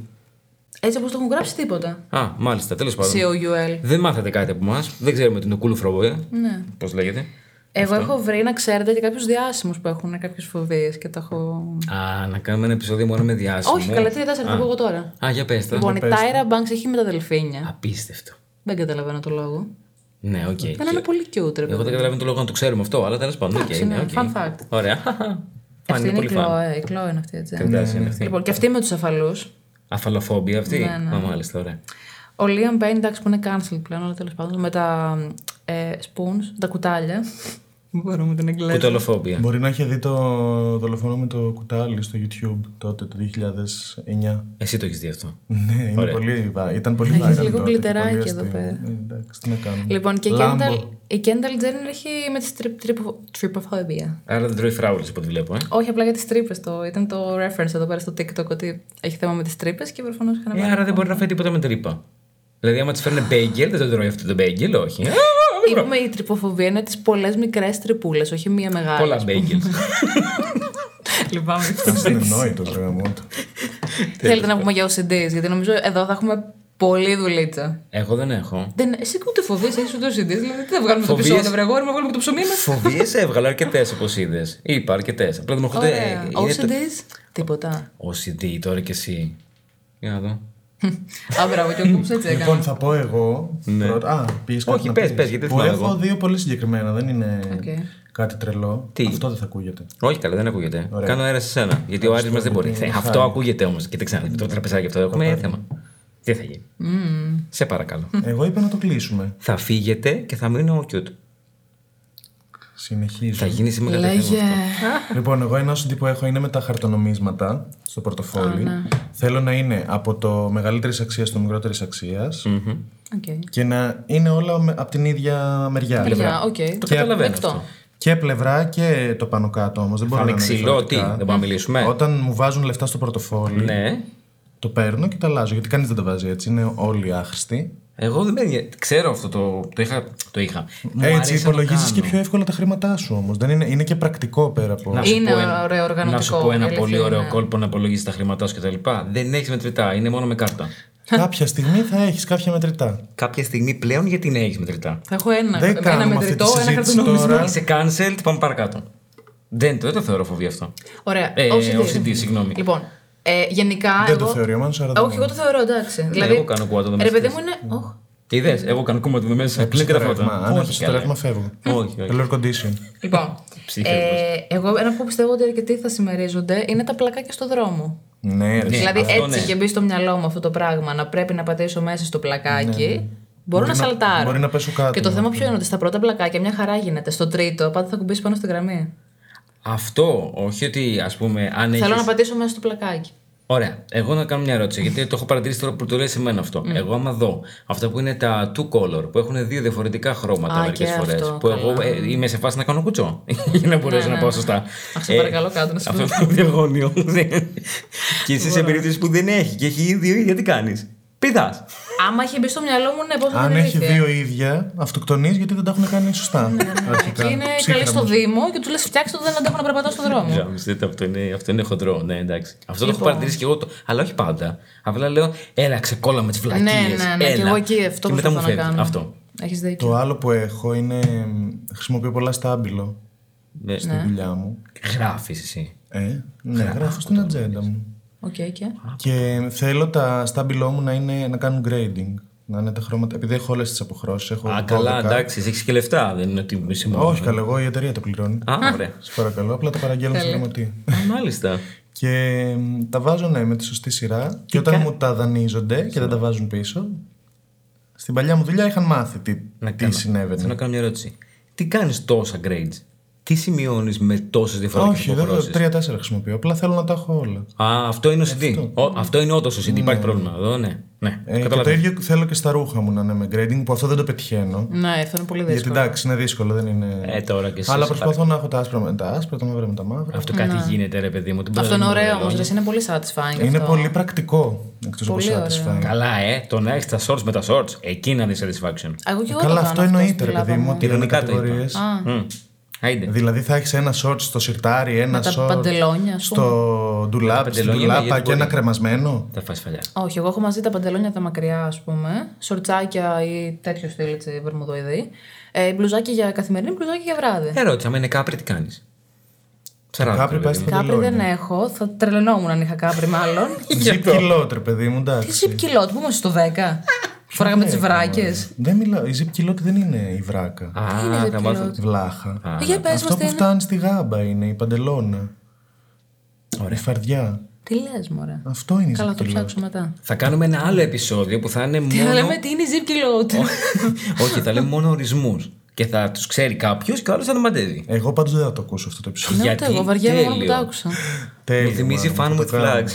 Speaker 3: Έτσι όπως το έχουν γράψει τίποτα.
Speaker 4: Α, μάλιστα, τέλος πάντων.
Speaker 3: C-O-U-L.
Speaker 4: Δεν μάθατε κάτι από εμάς. Δεν ξέρουμε τι είναι κούλ φρόβοια. Ναι. Πώς λέγεται.
Speaker 3: Εγώ έχω βρει να ξέρετε και κάποιους διάσημους που έχουν κάποιες φοβίες και τα έχω.
Speaker 4: Α, να κάνουμε ένα επεισόδιο μόνο με διάσημο.
Speaker 3: Όχι, καλά, τι δεν θα εγώ τώρα.
Speaker 4: Α, για πες το.
Speaker 3: Λοιπόν, η Tyra Banks έχει με τα δελφίνια.
Speaker 4: Απίστευτο.
Speaker 3: Δεν καταλαβαίνω το λόγο.
Speaker 4: Ναι, οκ.
Speaker 3: Ήταν ένα πολύ cute, ρε
Speaker 4: Εγώ δεν καταλαβαίνω το λόγο να το ξέρουμε αυτό, αλλά τέλος πάντων. οκ,
Speaker 3: Εντάξει,
Speaker 4: ναι,
Speaker 3: ναι,
Speaker 4: οκ.
Speaker 3: fun fact.
Speaker 4: Ωραία. Φαν,
Speaker 3: Αυτή
Speaker 4: είναι
Speaker 3: είναι η
Speaker 4: πολύ φαν.
Speaker 3: Κλόε. Η Κλόε είναι αυτή, έτσι.
Speaker 4: Κρατάς, είναι αυτή.
Speaker 3: Λοιπόν, και αυτή με τους αφαλούς.
Speaker 4: Αφαλοφόμπια αυτή. Α, μάλιστα, ωραία.
Speaker 3: Ο Liam Payne, εντάξει, που είναι cancelled πλέον, αλλά τέλος πάντων, με τα ε, spoons, τα κουτάλια. Μπορώ με την εγγλέζα.
Speaker 4: Κουτολοφόμπια.
Speaker 5: Μπορεί να είχε δει το δολοφόνο με το κουτάλι στο YouTube τότε το 2009.
Speaker 4: Εσύ το έχεις δει αυτό.
Speaker 5: Ναι, είναι πολύ, βα- ήταν πολύ βαρύ.
Speaker 3: λίγο γλιτεράκι εδώ πέρα.
Speaker 5: Ναι, εντάξει. εντάξει, τι να κάνουμε.
Speaker 3: Λοιπόν, και η
Speaker 5: Λάμπο.
Speaker 3: Kendall, η Kendall Jenner έχει με τη strip, τρυπο- trypophobia.
Speaker 4: Άρα δεν τρώει φράουλες από ό,τι βλέπω. Ε.
Speaker 3: Όχι, απλά για τις τρύπες το. Ήταν το reference εδώ πέρα στο TikTok ότι έχει θέμα με τις τρύπες και προφανώς είχαν
Speaker 4: Ε, άρα δεν μπορεί να φάει τίποτα με τρύπα. Δηλαδή, άμα της φέρνει μπέγγελ, δεν το τρώει αυτό το μπέγγελ, όχι. ε. Α, μικρό.
Speaker 3: Είπαμε η τρυποφοβία είναι τις πολλές μικρές τρυπούλες, όχι μία μεγάλη. Λοιπόν,
Speaker 4: Πολλά μπέγγελ.
Speaker 3: Λυπάμαι.
Speaker 5: Ήταν ενόητο ρε γαμότο.
Speaker 3: Θέλετε να πούμε για OCD, γιατί νομίζω εδώ θα έχουμε πολλή δουλίτσα.
Speaker 4: Εγώ δεν έχω.
Speaker 3: Δεν, εσύ ούτε φοβεί, έχεις ούτε OCD, δηλαδή τι θα βγάλουμε το
Speaker 4: Φοβίες.
Speaker 3: πίσω βρε αγόρι μου, βγάλουμε το ψωμί μας.
Speaker 4: Φοβίε έβγαλα αρκετές, όπω είδε. Είπα αρκετές. Απλά δεν μου έρχονται. ε, είναι
Speaker 3: Ωραία.
Speaker 4: το-
Speaker 3: OCD, τίποτα.
Speaker 4: OCD τώρα κι εσύ. Για να δω.
Speaker 3: Α, μπράβο, και ο Κούμπος έτσι έκανε.
Speaker 5: Λοιπόν, θα πω εγώ. Πρώτα. Α, πήγες κάτι
Speaker 4: Ναι. Όχι,
Speaker 5: να
Speaker 4: πες,
Speaker 5: πεις.
Speaker 4: πες, γιατί δεν
Speaker 5: Που
Speaker 4: θυμάμαι
Speaker 5: Έχω
Speaker 4: εγώ.
Speaker 5: δύο πολύ συγκεκριμένα, δεν είναι
Speaker 3: Οκ.
Speaker 5: κάτι τρελό.
Speaker 4: Τι?
Speaker 5: Αυτό δεν θα ακούγεται.
Speaker 4: Όχι καλά, δεν ακούγεται.
Speaker 5: Ωραία.
Speaker 4: Κάνω αέρα σε σένα. Γιατί ο Άρης μας δεν μπορεί.
Speaker 5: γιατί
Speaker 4: Θε-
Speaker 5: είναι
Speaker 4: Αυτό
Speaker 5: χάρη.
Speaker 4: ακούγεται όμως. Κοίταξε να δεις, το τραπεζάκι αυτό. Έχουμε ε, θέμα. Τι θα γίνει. Σε παρακαλώ.
Speaker 5: Εγώ είπα να το κλείσουμε.
Speaker 4: Θα φύγετε και θα μείνω ο cute. Θα
Speaker 5: Συνεχίζω.
Speaker 4: γίνει σήμερα κάτι θέμα
Speaker 3: Λέγε.
Speaker 4: αυτό.
Speaker 5: Λοιπόν, εγώ ένα OCD που έχω είναι με τα χαρτονομίσματα στο πορτοφόλι.
Speaker 3: ναι.
Speaker 5: Θέλω να είναι από το μεγαλύτερης αξίας στο μικρότερης αξίας
Speaker 3: Οκ.
Speaker 5: και να είναι όλα με- από την ίδια μεριά.
Speaker 3: Παιδιά, οκ.
Speaker 4: Το καταλαβαίνω.
Speaker 3: Δεκτό.
Speaker 4: αυτό.
Speaker 5: Και πλευρά και το πάνω κάτω όμως. Δεν
Speaker 4: Θα
Speaker 5: μπορώ
Speaker 4: είναι
Speaker 5: να είναι
Speaker 4: ξυλό, τι, δεν
Speaker 5: διαφορετικά.
Speaker 4: μπορούμε να μιλήσουμε.
Speaker 5: Όταν μου βάζουν λεφτά στο πορτοφόλι,
Speaker 4: Ναι.
Speaker 5: το παίρνω και τα αλλάζω. Γιατί κανείς δεν τα βάζει έτσι. Είναι όλοι άχρηστοι.
Speaker 4: Εγώ δεν με Ξέρω αυτό το. Το είχα. Το είχα. Μου
Speaker 5: έτσι
Speaker 4: αρέσει να το
Speaker 5: υπολογίζεις
Speaker 4: κάνω.
Speaker 5: και πιο εύκολα τα χρήματά σου όμως. Είναι, είναι και πρακτικό πέρα από.
Speaker 4: Να σου
Speaker 3: Είναι
Speaker 4: πω ένα-
Speaker 3: ωραίο οργανωτικό,
Speaker 4: Να σου πω ένα
Speaker 3: αλήθεια
Speaker 4: πολύ
Speaker 3: είναι.
Speaker 4: ωραίο κόλπο να απολογίσει τα χρήματά σου κτλ. Δεν έχεις μετρητά, είναι μόνο με κάρτα.
Speaker 5: κάποια στιγμή θα έχεις κάποια μετρητά.
Speaker 4: Κάποια στιγμή πλέον γιατί να έχεις μετρητά.
Speaker 3: Θα έχω ένα,
Speaker 5: Δεν
Speaker 3: ένα
Speaker 5: κάνουμε αυτή τη
Speaker 3: μετρητό, ένα
Speaker 5: συζήτηση
Speaker 3: χαρτονομισμό.
Speaker 5: τώρα.
Speaker 4: Είσαι cancelled, πάμε παρακάτω. Δεν το, δεν το θεωρώ φοβή αυτό.
Speaker 3: Ωραία.
Speaker 4: Ε, OCD, συγγνώμη.
Speaker 3: Λοιπόν, ε, γενικά.
Speaker 5: Δεν
Speaker 3: εγώ...
Speaker 5: το θεωρεί ο Μάνος, άρα δεν
Speaker 3: Όχι, εγώ το θεωρώ, εντάξει. δηλαδή,
Speaker 4: εγώ κάνω κουβέντα, δεν με
Speaker 3: Ρε παιδί μου
Speaker 4: στείλεις.
Speaker 3: είναι. Όχ,
Speaker 4: Είδες, εγώ κάνω κόμμα εδώ μέσα. Πλέον και τα
Speaker 5: Ρεύμα. Αν
Speaker 4: φώτα.
Speaker 5: έπεσε το
Speaker 4: καλά.
Speaker 5: ρεύμα, φεύγω.
Speaker 4: Όχι, όχι.
Speaker 5: Hello condition.
Speaker 3: Λοιπόν,
Speaker 4: Ψύχραιμος.
Speaker 3: ε, εγώ ένα που πιστεύω ότι αρκετοί θα συμμερίζονται είναι τα πλακάκια στο δρόμο.
Speaker 5: Ναι, ρε.
Speaker 3: δηλαδή
Speaker 4: αυτό
Speaker 3: έτσι
Speaker 4: ναι.
Speaker 3: και μπει στο μυαλό μου αυτό το πράγμα να πρέπει να πατήσω μέσα στο πλακάκι. Μπορώ
Speaker 5: Ναι. Μπορεί
Speaker 3: να,
Speaker 5: να-
Speaker 3: σαλτάρω.
Speaker 5: μπορεί να πέσω κάτω,
Speaker 3: Και το
Speaker 5: ναι.
Speaker 3: θέμα ποιο είναι ότι στα πρώτα πλακάκια μια χαρά γίνεται. Στο τρίτο πάντα θα κουμπίσει πάνω στη γραμμή.
Speaker 4: Αυτό, όχι ότι ας πούμε,
Speaker 5: Ναι,
Speaker 4: αν έχει.
Speaker 3: Θέλω να πατήσω μέσα στο πλακάκι.
Speaker 4: Ωραία. Εγώ να κάνω μια ερώτηση, γιατί το έχω παρατηρήσει τώρα που το λέει σε μένα αυτό.
Speaker 3: Mm.
Speaker 4: Εγώ, άμα δω αυτά που είναι τα two color, που έχουν δύο διαφορετικά χρώματα
Speaker 3: Α,
Speaker 4: μερικές
Speaker 3: και
Speaker 4: φορές.
Speaker 3: αυτό,
Speaker 4: Που
Speaker 3: καλά. Ναι,
Speaker 4: εγώ ε, είμαι σε φάση να κάνω κουτσό. Για να μπορέσω να πάω σωστά. Ε,
Speaker 3: Αχ, σε παρακαλώ, κάτω να σε
Speaker 4: Αυτό το διαγώνιο. και εσύ σε περίπτωση που δεν έχει και έχει δύο ίδια, τι κάνει. Πηδά.
Speaker 3: Άμα είχε μπει στο μυαλό μου, ναι, πώ θα
Speaker 5: Αν
Speaker 3: με
Speaker 5: έχει
Speaker 3: βοήθησε.
Speaker 5: δύο ίδια, αυτοκτονείς γιατί δεν τα έχουν κάνει σωστά.
Speaker 4: Ναι,
Speaker 3: Και είναι καλή στο Δήμο και του λες: Φτιάξτε το, δεν αντέχω να περπατάω στον δρόμο.
Speaker 4: Γαμιστείτε, αυτό είναι, αυτό είναι χοντρό. Ναι, εντάξει. Αυτό το έχω
Speaker 3: Ναι. Λοιπόν.
Speaker 4: παρατηρήσει και εγώ. Το, αλλά όχι πάντα. Απλά λέω, έλα, ξεκόλα με τι φλακίε.
Speaker 3: Ναι, ναι, ναι, και εγώ εκεί αυτό
Speaker 4: και μετά μου
Speaker 3: προσπαθώ να
Speaker 4: φεύγει.
Speaker 3: κάνω.
Speaker 4: Αυτό.
Speaker 3: Έχεις δίκιο.
Speaker 5: Το άλλο που έχω είναι. μ, Χρησιμοποιώ πολλά στάμπιλο
Speaker 4: Ναι.
Speaker 5: στη δουλειά μου.
Speaker 4: Γράφεις εσύ.
Speaker 5: Ε, ναι, γράφω στην ατζέντα μου.
Speaker 3: Οκ, και.
Speaker 5: Και θέλω τα στάμπιλό μου να, είναι, να κάνουν grading. Να είναι τα χρώματα. Επειδή έχω όλες τις αποχρώσεις, έχω.
Speaker 4: Α, καλά,
Speaker 5: 12.
Speaker 4: εντάξει, έχεις και λεφτά. Δεν είναι ότι είσαι μόνος.
Speaker 5: Όχι, καλά, εγώ η εταιρεία το πληρώνει.
Speaker 4: Α, ωραία.
Speaker 5: Σας παρακαλώ, απλά τα παραγγέλνω στην γραμματεία.
Speaker 4: Α, Μάλιστα.
Speaker 5: Και μ, τα βάζω, ναι, με τη σωστή σειρά. Και όταν μου τα δανείζονται και δεν τα βάζουν πίσω. Στην παλιά μου δουλειά είχαν μάθει τι,
Speaker 4: Να
Speaker 5: τι
Speaker 4: κάνω.
Speaker 5: συνέβαινε.
Speaker 4: Θέλω να κάνω μια ερώτηση. Τι κάνεις τόσα grades, τι σημειώνεις με τόσες διαφορετικές
Speaker 5: Όχι, δεν
Speaker 4: υποχρεώσει.
Speaker 5: το τρία-τέσσερα χρησιμοποιώ. Απλά θέλω να τα έχω όλα.
Speaker 4: Α, αυτό είναι ο CD. Ο- Αυτό είναι όντως ο CD. Υπάρχει πρόβλημα εδώ, ναι. Ναι,
Speaker 5: Ε, και το
Speaker 4: καταλαβαίνω.
Speaker 5: ίδιο θέλω και στα ρούχα μου να είναι με grading, που αυτό δεν το πετυχαίνω.
Speaker 3: Ναι, αυτό είναι πολύ
Speaker 5: Γιατί
Speaker 3: δύσκολο.
Speaker 5: εντάξει, είναι δύσκολο, δεν είναι.
Speaker 4: Ε, τώρα και εσύ,
Speaker 5: Αλλά
Speaker 4: σε
Speaker 5: προσπαθώ να έχω τα άσπρα με τα άσπρα, τα μαύρα με τα μαύρα.
Speaker 4: Αυτό κάτι γίνεται, ρε παιδί μου. την
Speaker 3: Ναι. Αυτό είναι
Speaker 4: παραδείγμα
Speaker 3: ωραίο
Speaker 4: εδώ.
Speaker 3: όμω, ρε, είναι πολύ satisfying.
Speaker 5: είναι
Speaker 3: αυτό.
Speaker 5: πολύ πρακτικό. Εκτός από
Speaker 3: Πολύ ωραίο.
Speaker 5: satisfying.
Speaker 4: Καλά, ε, το να έχεις τα shorts με τα shorts, εκεί να δει satisfaction.
Speaker 3: Εγώ και εγώ
Speaker 5: Καλά,
Speaker 3: το
Speaker 5: αυτό
Speaker 3: κάνω
Speaker 5: εννοείται,
Speaker 3: στην
Speaker 5: ρε παιδί
Speaker 3: Ελλάδα ναι.
Speaker 5: μου, ότι είναι
Speaker 4: Ειρωνικά το είπα.
Speaker 5: κατηγορίες.
Speaker 4: Μμ. Άιντε.
Speaker 5: Δηλαδή θα έχεις ένα σόρτ στο σιρτάρι, ένα
Speaker 3: τα
Speaker 5: σόρτ
Speaker 3: παντελόνια, ας
Speaker 5: στο ντουλάπ, στην
Speaker 4: παντελόνια,
Speaker 5: ντουλάπα
Speaker 4: γιατί
Speaker 5: και ένα
Speaker 4: μπορεί.
Speaker 5: κρεμασμένο.
Speaker 4: Θα φας φαλιά.
Speaker 3: Όχι, εγώ έχω μαζί τα παντελόνια τα μακριά, ας πούμε, σορτσάκια ή τέτοιο στυλ, έτσι, βερμουδοειδή. Ε, μπλουζάκι για καθημερινή, μπλουζάκι για βράδυ.
Speaker 4: Ερώτηση, άμα είναι κάπρι, τι κάνεις. Ψαράδε.
Speaker 5: Κάπρι
Speaker 4: ρε παιδί
Speaker 5: πάει
Speaker 4: μου.
Speaker 5: στα
Speaker 3: Κάπρι δεν
Speaker 5: παντελόνια.
Speaker 3: έχω, θα τρελαινόμουν αν είχα κάπρι μάλλον.
Speaker 5: Zip κιλότρε, παιδί μου,
Speaker 3: Τι
Speaker 5: εντάξει.
Speaker 3: zip κιλότ, που είμαστε στο 10. Φοράγαμε
Speaker 5: Ναι,
Speaker 3: τι βράκες.
Speaker 5: Δεν μιλάω. Η zip κιλότ δεν είναι η βράκα.
Speaker 4: Α, θα μάθω.
Speaker 5: Τη βλάχα.
Speaker 3: Ε, Για πες
Speaker 5: ναι. Αυτό
Speaker 3: μας τι
Speaker 5: που
Speaker 3: είναι.
Speaker 5: φτάνει στη γάμπα είναι η παντελώνα. Η φαρδιά.
Speaker 3: Τι λες, μωρέ.
Speaker 5: Αυτό είναι η
Speaker 3: Καλά,
Speaker 5: zip
Speaker 3: θα το
Speaker 5: κιλότ.
Speaker 3: ψάξω μετά.
Speaker 4: Θα κάνουμε
Speaker 5: Ναι,
Speaker 4: ένα άλλο επεισόδιο που θα είναι
Speaker 3: Τι θα
Speaker 4: μόνο.
Speaker 3: λέμε, τι είναι η zip κιλότ.
Speaker 4: Όχι, θα λέμε μόνο ορισμούς. και θα τους ξέρει κάποιος και ο άλλος θα τον μαντεύει.
Speaker 5: Εγώ πάντως δεν θα το ακούσω αυτό το επεισόδιο.
Speaker 3: Ναι, ούτε
Speaker 4: Γιατί
Speaker 3: εγώ βαριέμαι μόνο που
Speaker 4: τέλειο.
Speaker 3: τα άκουσα.
Speaker 5: Τέλειο,
Speaker 4: Μου θυμίζει
Speaker 5: μάλλον,
Speaker 4: fan
Speaker 5: θα το
Speaker 4: with
Speaker 5: κάνω.
Speaker 4: flags.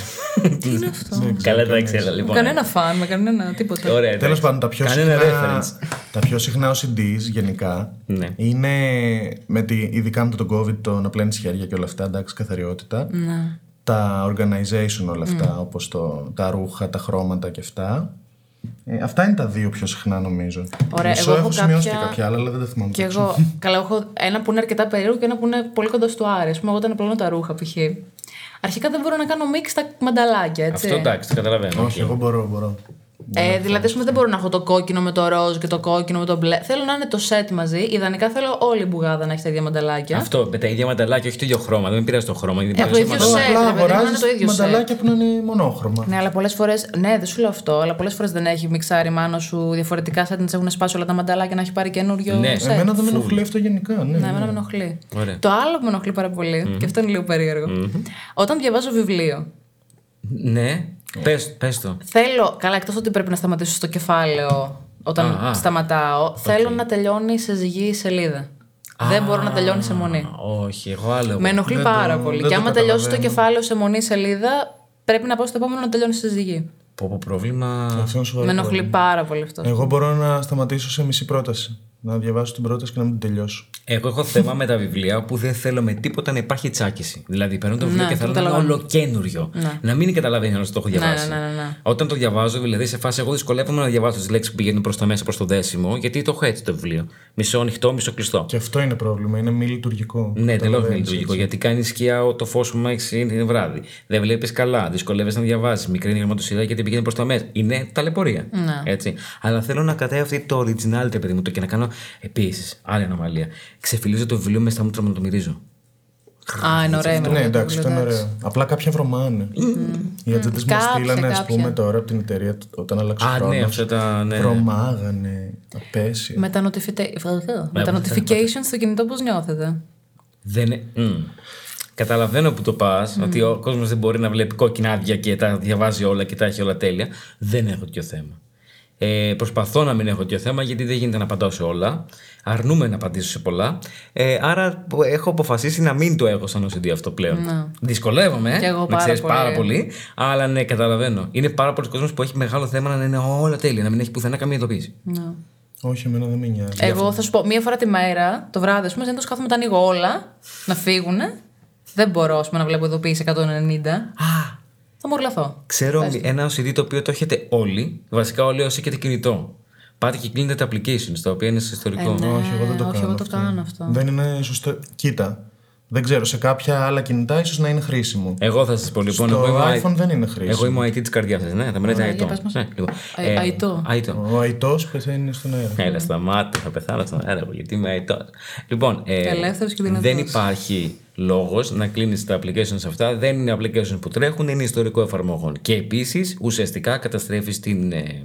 Speaker 3: Τι είναι αυτό.
Speaker 4: Καλά τα ξέρα
Speaker 3: Με
Speaker 4: λοιπόν.
Speaker 3: κανένα φαν, με κανένα τίποτα.
Speaker 4: Ωραία. εντάξει.
Speaker 5: Τέλο πάντων, τα πιο,
Speaker 4: Κανένα
Speaker 5: συχνά,
Speaker 4: reference.
Speaker 5: τα πιο συχνά OCDs γενικά
Speaker 4: Ναι.
Speaker 5: είναι με τη, ειδικά με τον COVID, το να πλένεις χέρια και όλα αυτά, εντάξει, καθαριότητα.
Speaker 3: Ναι.
Speaker 5: Τα organization όλα αυτά, όπως όπω τα ρούχα, τα χρώματα και αυτά. Ε, αυτά είναι τα δύο πιο συχνά νομίζω.
Speaker 3: Ωραία,
Speaker 5: Μισό
Speaker 3: εγώ έχω
Speaker 5: έχω σημειώσει
Speaker 3: κάποια-
Speaker 5: και κάποια άλλα, αλλά δεν τα θυμάμαι.
Speaker 3: Και
Speaker 5: τόσο.
Speaker 3: εγώ, καλά, έχω ένα που είναι αρκετά περίεργο και ένα που είναι πολύ κοντά στο άρε. Ας πούμε, εγώ όταν πλώνω τα ρούχα, π.χ. Αρχικά δεν μπορώ να κάνω μίξ τα μανταλάκια, έτσι.
Speaker 4: Αυτό Ναι, εντάξει, το καταλαβαίνω.
Speaker 5: Όχι, εγώ μπορώ, μπορώ.
Speaker 3: Ε, δηλαδή, ας πούμε, δεν μπορώ να έχω το κόκκινο με το ροζ και το κόκκινο με το μπλε. Θέλω να είναι το σετ μαζί. Ιδανικά θέλω όλη η μπουγάδα να έχει τα ίδια μανταλάκια.
Speaker 4: Αυτό με τα ίδια μανταλάκια, όχι το ίδιο χρώμα. Δεν με πειράζει το χρώμα. γιατί
Speaker 3: Ε,
Speaker 4: πειράζει
Speaker 3: το
Speaker 4: το
Speaker 3: ίδιο
Speaker 4: μανταλάκι.
Speaker 3: σετ, ρε παιδί μου, να είναι το
Speaker 5: αγοράζεις
Speaker 3: ίδιο σετ.
Speaker 5: μανταλάκια που να είναι μονόχρωμα.
Speaker 3: Ναι, αλλά πολλές φορές. Ναι, δεν σου λέω αυτό, αλλά πολλές φορές δεν έχει μιξάρει μάνο σου διαφορετικά σετ να τι έχουν σπάσει όλα τα μανταλάκια να έχει πάρει καινούριο
Speaker 4: Ναι.
Speaker 3: σετ.
Speaker 5: Εμένα δεν με ενοχλεί αυτό γενικά. Ναι,
Speaker 3: Ναι,
Speaker 5: ναι.
Speaker 3: εμένα με ενοχλεί.
Speaker 4: Ωραία.
Speaker 3: Το άλλο που με ενοχλεί πάρα πολύ, και αυτό είναι λίγο περίεργο, Όταν διαβάζω βιβλίο,
Speaker 4: Ναι,
Speaker 5: Ε.
Speaker 4: πες, πες το.
Speaker 3: θέλω. Καλά, εκτός ότι πρέπει να σταματήσω στο κεφάλαιο όταν
Speaker 4: Α, α.
Speaker 3: σταματάω, θέλω να τελειώνει σε ζυγή η σελίδα. δεν μπορώ να τελειώνει σε μονή.
Speaker 4: Όχι, εγώ άλλο.
Speaker 3: Με ενοχλεί
Speaker 5: δεν
Speaker 3: πάρα
Speaker 5: το-
Speaker 3: πολύ.
Speaker 5: δεν
Speaker 3: Και
Speaker 5: το
Speaker 3: άμα τελειώσει το
Speaker 5: καταλαβαίνω.
Speaker 3: κεφάλαιο σε μονή σελίδα, πρέπει να πάω στο επόμενο να τελειώνει σε ζυγή.
Speaker 4: Πω, πω, πρόβλημα.
Speaker 5: Αυτό είναι σοβαρό
Speaker 3: Με ενοχλεί πάρα πολύ αυτό.
Speaker 5: Εγώ μπορώ να σταματήσω σε μισή πρόταση. Να διαβάσω την πρόταση και να μην την τελειώσω.
Speaker 4: Εγώ έχω θέμα με τα βιβλία που δεν θέλω με τίποτα να υπάρχει τσάκιση. Δηλαδή, παίρνω το βιβλίο
Speaker 3: Ναι,
Speaker 4: και
Speaker 3: το
Speaker 4: θέλω να είναι
Speaker 3: καταλαβαίνω.
Speaker 4: όλο καινούριο. Να μην καταλαβαίνει όλο το έχω διαβάσει.
Speaker 3: ναι, ναι, ναι.
Speaker 4: Όταν το διαβάζω, δηλαδή σε φάση, εγώ δυσκολεύομαι να διαβάσω τις λέξεις που πηγαίνουν προς τα μέσα, προς το δέσιμο, γιατί το έχω έτσι το βιβλίο. Μισό ανοιχτό, μισό κλειστό.
Speaker 5: Και αυτό είναι πρόβλημα. Είναι μη λειτουργικό.
Speaker 4: Ναι, τελώ είναι
Speaker 5: Καταλαβαίνεις,
Speaker 4: λειτουργικό.
Speaker 5: έτσι.
Speaker 4: Γιατί κάνεις σκιά το φως που έχει είναι βράδυ. Δεν βλέπεις καλά, δυσκολεύεσαι να διαβάζει. Μικρή είναι η γραμματοσυρά γιατί πηγαίνει προς τα μέσα. Είναι ταλαιπωρία. Έτσι. Αλλά θέλω να κρατάει αυτή το originality, παιδί μου, το και να κάνω επίσης άλλη ανομαλία. Ξεφυλίζω το βιβλίο με στα μούτρα μου να το μυρίζω.
Speaker 3: Α, είναι ωραίο. είναι
Speaker 5: Ναι,
Speaker 3: ωραίο το
Speaker 5: εντάξει,
Speaker 3: βιβλίο,
Speaker 5: ήταν
Speaker 3: εντάξει.
Speaker 5: ωραίο. Απλά κάποια βρωμάνε. Οι ατζέντες μας
Speaker 3: Κάποια,
Speaker 5: στείλανε, ας
Speaker 3: κάποια.
Speaker 5: πούμε, τώρα από την εταιρεία τ- όταν άλλαξε
Speaker 4: Α, ναι,
Speaker 5: χρόνος.
Speaker 4: αυτά τα- ναι.
Speaker 5: Βρωμάγανε, απέσια.
Speaker 3: Με τα, notifica- με τα notifications στο κινητό, πώς νιώθετε.
Speaker 4: Δεν... ε, Μμ. Καταλαβαίνω που το πας, ότι ο κόσμος δεν μπορεί να βλέπει κόκκινα άδεια και τα διαβάζει όλα και τα έχει όλα τέλεια. Δεν έχω τέτοιο θέμα. Ε, προσπαθώ να μην έχω τέτοιο θέμα γιατί δεν γίνεται να απαντάω σε όλα. Αρνούμε να απαντήσω σε πολλά. Ε, άρα πο- έχω αποφασίσει να μην το έχω σαν OCD αυτό πλέον. Δυσκολεύομαι,
Speaker 3: Κι Ναι. εγώ
Speaker 4: να
Speaker 3: πάρα
Speaker 4: ξέρεις
Speaker 3: πολύ.
Speaker 4: πάρα πολύ. Αλλά ναι, καταλαβαίνω. Είναι πάρα πολλοί κόσμος που έχει μεγάλο θέμα να είναι όλα τέλεια, να μην έχει πουθενά καμία ειδοποίηση.
Speaker 3: Ναι.
Speaker 5: Όχι, εμένα δεν με νοιάζει.
Speaker 3: Εγώ θα σου πω μία φορά τη μέρα, το βράδυ, ας πούμε, συνήθως κάθομαι τα ανοίγω όλα, να φύγουν. Δεν μπορώ, ας πούμε, να βλέπω ειδοποίηση 190.
Speaker 4: Α,
Speaker 3: Θα μου ουρλαθώ.
Speaker 4: Ξέρω ένα OCD το οποίο το έχετε όλοι. Βασικά όλοι όσοι έχετε κινητό. Πάτε και κλείνετε τα applications, τα οποία είναι σε ιστορικό.
Speaker 3: Ε, ναι.
Speaker 5: Όχι, εγώ δεν το
Speaker 3: όχι,
Speaker 5: κάνω.
Speaker 3: εγώ το κάνω αυτό.
Speaker 5: Δεν είναι σωστό. Κοίτα. Δεν ξέρω, σε κάποια άλλα κινητά ίσως να είναι χρήσιμο.
Speaker 4: Εγώ θα σας πω λοιπόν.
Speaker 5: Στο
Speaker 4: εγώ είμαι,
Speaker 5: iPhone δεν είναι
Speaker 4: εγώ
Speaker 5: χρήσιμο.
Speaker 4: είμαι ο IT της καρδιάς σας, ναι, θα με λέτε
Speaker 3: Ωραία, για
Speaker 4: αητό.
Speaker 3: πες μας.
Speaker 4: Ναι, λοιπόν.
Speaker 3: Α-
Speaker 4: Ε,
Speaker 3: αητό.
Speaker 4: αητό.
Speaker 5: Ο αητό πεθαίνει στον αέρα.
Speaker 4: Έλα, σταμάτη, θα πεθάνω στον αέρα, εγώ, γιατί είμαι αητό. Λοιπόν, ε,
Speaker 3: Ελεύθερος και δυνατός.
Speaker 4: δεν υπάρχει λόγος να κλείνεις τα applications αυτά. Δεν είναι applications που τρέχουν, είναι ιστορικό εφαρμογών. Και επίσης ουσιαστικά καταστρέφεις την. ε,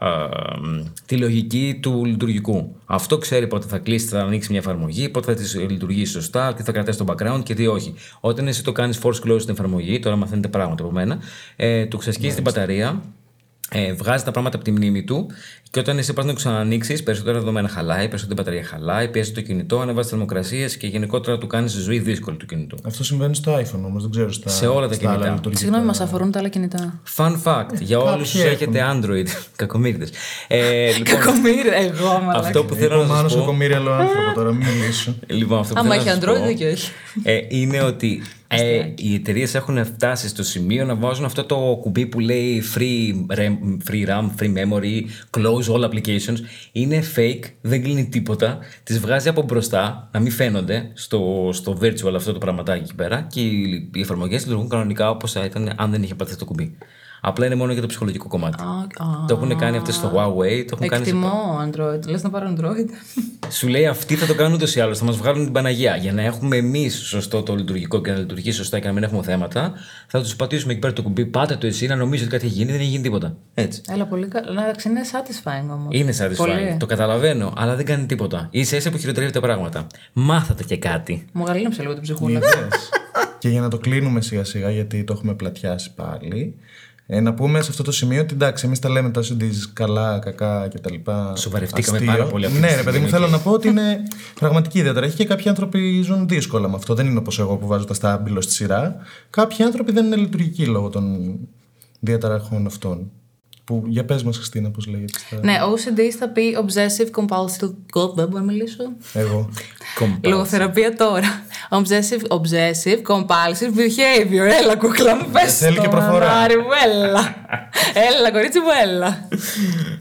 Speaker 4: ε, τη λογική του λειτουργικού. Αυτό ξέρει πότε θα κλείσει, θα ανοίξει μια εφαρμογή, πότε θα της λειτουργήσει σωστά, τι θα κρατάει στο background και τι όχι. Όταν εσύ το κάνεις force close στην εφαρμογή, τώρα μαθαίνετε πράγματα από μένα, ε, του ξεσκίζει την μπαταρία, ε, βγάζει τα πράγματα από τη μνήμη του και όταν εσύ πας να το ξανανοίξεις, περισσότερα δεδομένα χαλάει, περισσότερη μπαταρία χαλάει, πιέζει το κινητό, ανεβάζει θερμοκρασίες και γενικότερα του κάνεις ζωή δύσκολη του κινητού.
Speaker 5: Αυτό συμβαίνει στο iPhone όμως, δεν ξέρω στα,
Speaker 4: Σε όλα τα
Speaker 5: στα
Speaker 4: κινητά.
Speaker 5: άλλα λειτουργικά.
Speaker 3: Συγγνώμη, μας αφορούν τα άλλα κινητά.
Speaker 4: Fun fact για όλου όσου έχετε Android. Κακομίριδε. Ε, λοιπόν,
Speaker 3: Κακομίρι, εγώ, μαλάκα.
Speaker 4: αυτό που
Speaker 5: Είπε
Speaker 4: θέλω
Speaker 5: ο
Speaker 4: να
Speaker 5: Μάνος
Speaker 4: σα
Speaker 5: ο
Speaker 4: πω.
Speaker 5: κομμύριαλο άνθρωπο τώρα, μην μιλήσω.
Speaker 4: Λοιπόν, αυτό που
Speaker 3: Άμα
Speaker 4: θέλω να
Speaker 3: έχει
Speaker 4: σας
Speaker 3: Android
Speaker 4: πω,
Speaker 3: και όχι.
Speaker 4: Ε, είναι ότι ε, οι εταιρείες έχουν φτάσει στο σημείο να βάζουν αυτό το κουμπί που λέει free, RAM, free RAM, free memory, close all applications. Είναι fake, δεν κλείνει τίποτα. Τις βγάζει από μπροστά, να μην φαίνονται στο, στο virtual αυτό το πραγματάκι εκεί πέρα και οι, οι εφαρμογές λειτουργούν κανονικά όπως θα ήταν αν δεν είχε πατήσει το κουμπί. Απλά είναι μόνο για το ψυχολογικό κομμάτι.
Speaker 3: Α,
Speaker 4: Το έχουν κάνει αυτές στο Huawei, το έχουν κάνει
Speaker 5: λοιπόν.
Speaker 4: σε
Speaker 3: Εκτιμώ Android. Λες να πάρω Android.
Speaker 4: σου λέει αυτοί θα το κάνουν ούτως ή άλλως. Θα μας βγάλουν την Παναγία. Για να έχουμε εμείς σωστό το λειτουργικό και να λειτουργεί σωστά και να μην έχουμε θέματα, θα τους πατήσουμε εκεί πέρα το κουμπί. Πάτε το εσύ να νομίζει ότι κάτι έχει γίνει, δεν έχει γίνει τίποτα. Έτσι.
Speaker 3: Έλα, πολύ καλά. Εντάξει, είναι satisfying όμως.
Speaker 4: Είναι satisfying. Το καταλαβαίνω, αλλά δεν κάνει τίποτα. Είσαι εσύ που χειροτερεύει τα πράγματα. Μάθατε και κάτι.
Speaker 3: Μου γαλήνεψε
Speaker 5: Ναι.
Speaker 3: λίγο την ψυχούλα.
Speaker 5: Είδες. και για να το κλείνουμε σιγά σιγά γιατί το έχουμε πλατιάσει πάλι. Ε, να πούμε σε αυτό το σημείο ότι εντάξει, εμείς τα λέμε τα συντήσει καλά, κακά κτλ.
Speaker 4: Σοβαρευτήκαμε πάρα πολύ αυτή τη
Speaker 5: Ναι, ρε
Speaker 4: στιγμή,
Speaker 5: παιδί
Speaker 4: ναι.
Speaker 5: μου, θέλω να πω ότι είναι πραγματική ιδιαίτερα. Έχει και κάποιοι άνθρωποι ζουν δύσκολα με αυτό. Δεν είναι όπως εγώ που βάζω τα στάμπιλο στη σειρά. Κάποιοι άνθρωποι δεν είναι λειτουργικοί λόγω των διαταραχών αυτών. Που για πες μας, Χριστίνα, πώς λέγεται. στα-
Speaker 3: Ναι, OCD θα πει Obsessive Compulsive. Γκολ, Δεν μπορώ να μιλήσω.
Speaker 5: Εγώ.
Speaker 3: Λογοθεραπεία τώρα. Obsessive, obsessive, compulsive behavior. Έλα, κούκλα μου, πες
Speaker 5: Θέλει
Speaker 3: το,
Speaker 5: και προφορά.
Speaker 3: μανάρι μου, έλα. έλα, κορίτσι μου, έλα.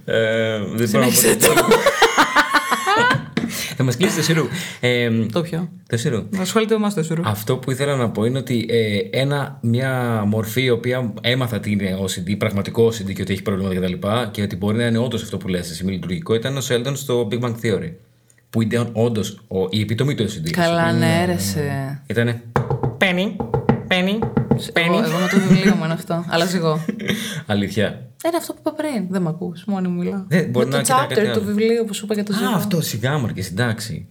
Speaker 4: Ε, δεν μπορώ να πω.
Speaker 3: Συνέχισε το.
Speaker 4: Θα μας κλείσει το σιρού. Ε,
Speaker 3: το πιω.
Speaker 4: το σιρού.
Speaker 3: Ασχολείται με εμάς το σουρού.
Speaker 4: Αυτό που ήθελα να πω είναι ότι ε, ένα, μια μορφή η οποία έμαθα τι είναι OCD, πραγματικό OCD και ότι έχει προβλήματα κτλ. Και, τα λοιπά, και ότι μπορεί να είναι όντως αυτό που λες εσύ, μη λειτουργικό, ήταν ο Σέλντον στο Big Bang Theory. Που ήταν όντως η επιτομή του OCD.
Speaker 3: Καλά, ναι, ρε σε.
Speaker 4: Ήτανε.
Speaker 3: Εγώ, εγώ με το βιβλίο μου είναι αυτό. Αλλά εγώ.
Speaker 4: Αλήθεια.
Speaker 3: Είναι αυτό που είπα πριν. Δεν με ακούς, μόνη μου μιλάω.
Speaker 4: Δεν- μπορεί
Speaker 3: με
Speaker 4: να
Speaker 3: το
Speaker 4: κοιτάει κάτι
Speaker 3: chapter
Speaker 4: άλλο.
Speaker 3: του βιβλίου που σου είπα για το
Speaker 4: Α,
Speaker 3: ζυγό.
Speaker 4: αυτό σιγά μου και συντάξει.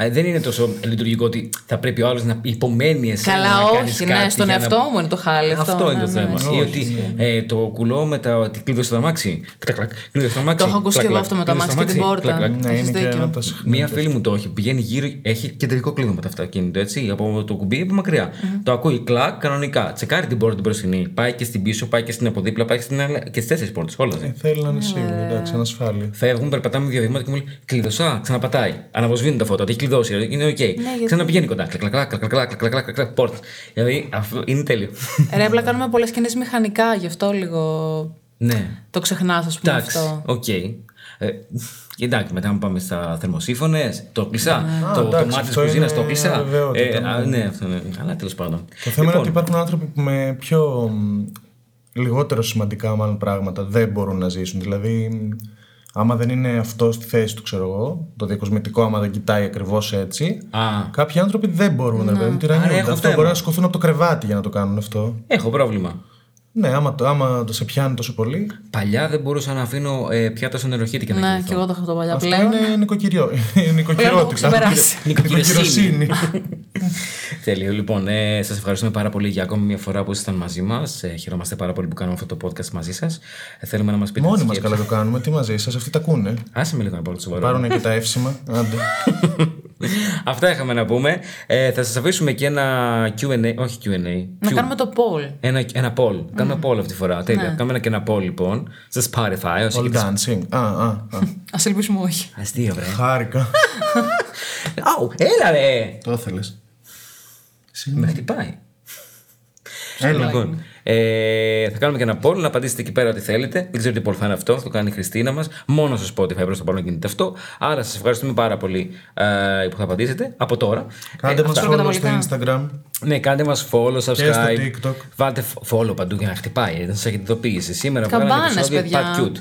Speaker 4: Ε, δεν είναι τόσο λειτουργικό ότι θα πρέπει ο άλλος να υπομένει εσένα.
Speaker 3: Καλά,
Speaker 4: να κάνεις
Speaker 3: όχι, ναι,
Speaker 4: κάτι
Speaker 3: στον
Speaker 4: για να-
Speaker 3: εαυτό μου είναι το χάλι αυτό.
Speaker 4: Αυτό, είναι
Speaker 3: ναι,
Speaker 4: το
Speaker 3: ναι.
Speaker 4: θέμα. Ή ότι ε, το κουλό με τα. ότι κλείδωσε το αμάξι. Κλακ, κλακ, κλείδωσε το αμάξι.
Speaker 3: Το έχω ακούσει
Speaker 4: Κλακ,
Speaker 3: και εγώ
Speaker 4: κλακ,
Speaker 3: αυτό με το
Speaker 4: κλείδωσε
Speaker 3: αμάξι και την
Speaker 4: αμάξι.
Speaker 3: πόρτα. ναι.
Speaker 4: Κλακ, κλακ.
Speaker 5: Ναι,
Speaker 3: Έχεις
Speaker 5: είναι και
Speaker 3: δίκιο.
Speaker 5: ένα από τα συχνά.
Speaker 4: Μία φίλη μου το έχει. Πηγαίνει γύρω, έχει κεντρικό κλείδωμα με το αυτοκίνητο, έτσι, από το κουμπί από μακριά. Το ακούει κλακ κανονικά. Τσεκάρει την πόρτα την μπροστινή. Πάει και στην πίσω, πάει και στην αποδίπλα, πάει και, στην... άλλη- και στις τέσσερις πόρτες. Όλα.
Speaker 5: Ε, Θέλει
Speaker 3: Ναι.
Speaker 5: να είναι σίγουρο, εντάξει, ανασφάλεια.
Speaker 4: Φεύγουν, περπατάμε δύο βήματα και μου λέει Κλειδωσά, ξαναπατάει. Αναβοσβήνουν τα φώτα, ότι έχει κλειδώσει. ρε, Είναι οκ.
Speaker 3: Ναι,
Speaker 4: Ξαναπηγαίνει κοντά. Κλακ, κλακ, κλακ, κλακ, κλακ, κλακ, πόρτα. Δηλαδή αυτό είναι τέλειο.
Speaker 3: Ρε, απλά κάνουμε πολλές σκηνές μηχανικά, γι' αυτό λίγο
Speaker 4: Ναι.
Speaker 3: το ξεχνάς, ας πούμε
Speaker 4: Εντάξει,
Speaker 3: αυτό.
Speaker 4: οκ. Ε, εντάξει, μετά να πάμε στα θερμοσύφωνες. Το κλεισά.
Speaker 3: Ναι.
Speaker 4: Το, το
Speaker 5: εντάξει,
Speaker 4: μάτι της
Speaker 5: αυτό
Speaker 4: κουζίνας
Speaker 5: είναι
Speaker 4: το κλεισά.
Speaker 5: βεβαιότητα,
Speaker 4: Ε, α,
Speaker 5: ναι.
Speaker 4: ναι, αυτό είναι. Αλλά τέλος πάντων. Λοιπόν,
Speaker 5: Το θέμα
Speaker 3: Λοιπόν.
Speaker 5: είναι ότι υπάρχουν άνθρωποι που με πιο μ, λιγότερο σημαντικά μάλλον πράγματα δεν μπορούν να ζήσουν. Δηλαδή, μ, άμα δεν είναι αυτό στη θέση του, ξέρω εγώ, το διακοσμητικό, άμα δεν κοιτάει ακριβώς έτσι,
Speaker 4: Α,
Speaker 5: κάποιοι άνθρωποι δεν μπορούν
Speaker 3: Ναι.
Speaker 5: να βρουν
Speaker 4: Άρα έχω
Speaker 5: τυραννιούνται. Αυτό
Speaker 4: θέμα.
Speaker 5: μπορεί να σκοτούν από το κρεβάτι για να το κάνουν αυτό.
Speaker 4: έχω πρόβλημα.
Speaker 5: Ναι, άμα, το, άμα το σε πιάνει τόσο πολύ.
Speaker 4: Παλιά δεν μπορούσα να αφήνω ε, πιάτα στον νεροχύτη και να
Speaker 3: Ναι,
Speaker 4: κοιμηθώ.
Speaker 3: και εγώ το έχω το παλιά
Speaker 5: Αυτό
Speaker 3: πλέον.
Speaker 5: είναι νοικοκυριό. η
Speaker 3: Πλέον το έχω
Speaker 5: νοικοκυρότητα.
Speaker 3: ξεπεράσει.
Speaker 4: Νοικοκυροσύνη. Τέλειο. Λοιπόν, ε, σας ευχαριστούμε πάρα πολύ για ακόμη μια φορά που ήσασταν μαζί μας. Ε, χαιρόμαστε πάρα πολύ που κάνουμε αυτό το podcast μαζί σας. Ε, θέλουμε να μας πείτε.
Speaker 5: Μόνοι
Speaker 4: τις
Speaker 5: μας
Speaker 4: σκέψεις-
Speaker 5: καλά το κάνουμε. Τι μαζί σας, αυτοί τα ακούνε.
Speaker 4: Άσε με λίγο να πάρω σοβαρό.
Speaker 5: Πάρουν και τα εύσημα. Άντε.
Speaker 4: Αυτά είχαμε να πούμε. Ε, θα σας αφήσουμε και ένα QA. Όχι QA.
Speaker 3: Να
Speaker 4: Q-
Speaker 3: κάνουμε το Ναι. poll.
Speaker 4: Ένα, ένα poll. Κάνουμε poll αυτή τη φορά. Τέλεια. Κάνουμε ένα και ένα poll λοιπόν. Στο Spotify. Όσοι
Speaker 5: All
Speaker 4: έχετε-
Speaker 5: dancing. Α, α, α.
Speaker 3: Ας ελπίσουμε όχι.
Speaker 4: Αστείο, βρε.
Speaker 5: Χάρηκα.
Speaker 4: Αου, έλα ρε!
Speaker 5: Το ήθελε.
Speaker 4: Με χτυπάει. Ε, Λοιπόν, ε, θα κάνουμε και ένα poll, να απαντήσετε εκεί πέρα ό,τι θέλετε. Δεν ξέρω τι poll θα είναι αυτό, θα το κάνει η Χριστίνα μας. Μόνο στο Spotify προς το παρόν γίνεται αυτό. Άρα σας ευχαριστούμε πάρα πολύ ε, που θα απαντήσετε από τώρα.
Speaker 5: Κάντε μας
Speaker 4: αυτά.
Speaker 5: follow στο
Speaker 3: προκαταβολικά.
Speaker 5: Instagram.
Speaker 4: Ναι, κάντε μας follow, subscribe.
Speaker 5: στο TikTok.
Speaker 4: Βάλτε φ- follow παντού για να χτυπάει, να σα έχετε ειδοποίηση. Σήμερα βγάλαμε
Speaker 3: Καμπάνες,
Speaker 4: το επεισόδιο
Speaker 3: παιδιά. Ναι.
Speaker 4: Pat Cute.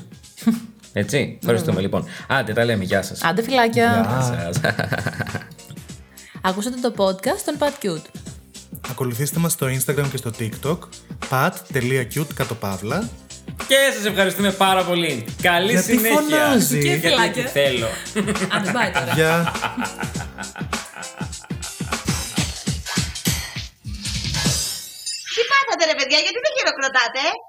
Speaker 4: Έτσι, ευχαριστούμε λοιπόν. Άντε, τα λέμε, γεια σας.
Speaker 3: Άντε φυλάκια.
Speaker 5: Α,
Speaker 4: σας.
Speaker 3: Ακούσατε το podcast των Pat Cute.
Speaker 5: Ακολουθήστε μας στο Instagram και στο TikTok pat.cute κατ' παύλα
Speaker 4: Και σας ευχαριστούμε πάρα πολύ. Καλή
Speaker 5: Γιατί
Speaker 4: συνέχεια.
Speaker 5: φωνάζει.
Speaker 4: Και
Speaker 3: Γιατί
Speaker 4: φυλάκια. θέλω.
Speaker 3: Άντε πάει τώρα.
Speaker 5: για
Speaker 1: Τι πάθατε ρε παιδιά, γιατί δεν χειροκροτάτε, ε?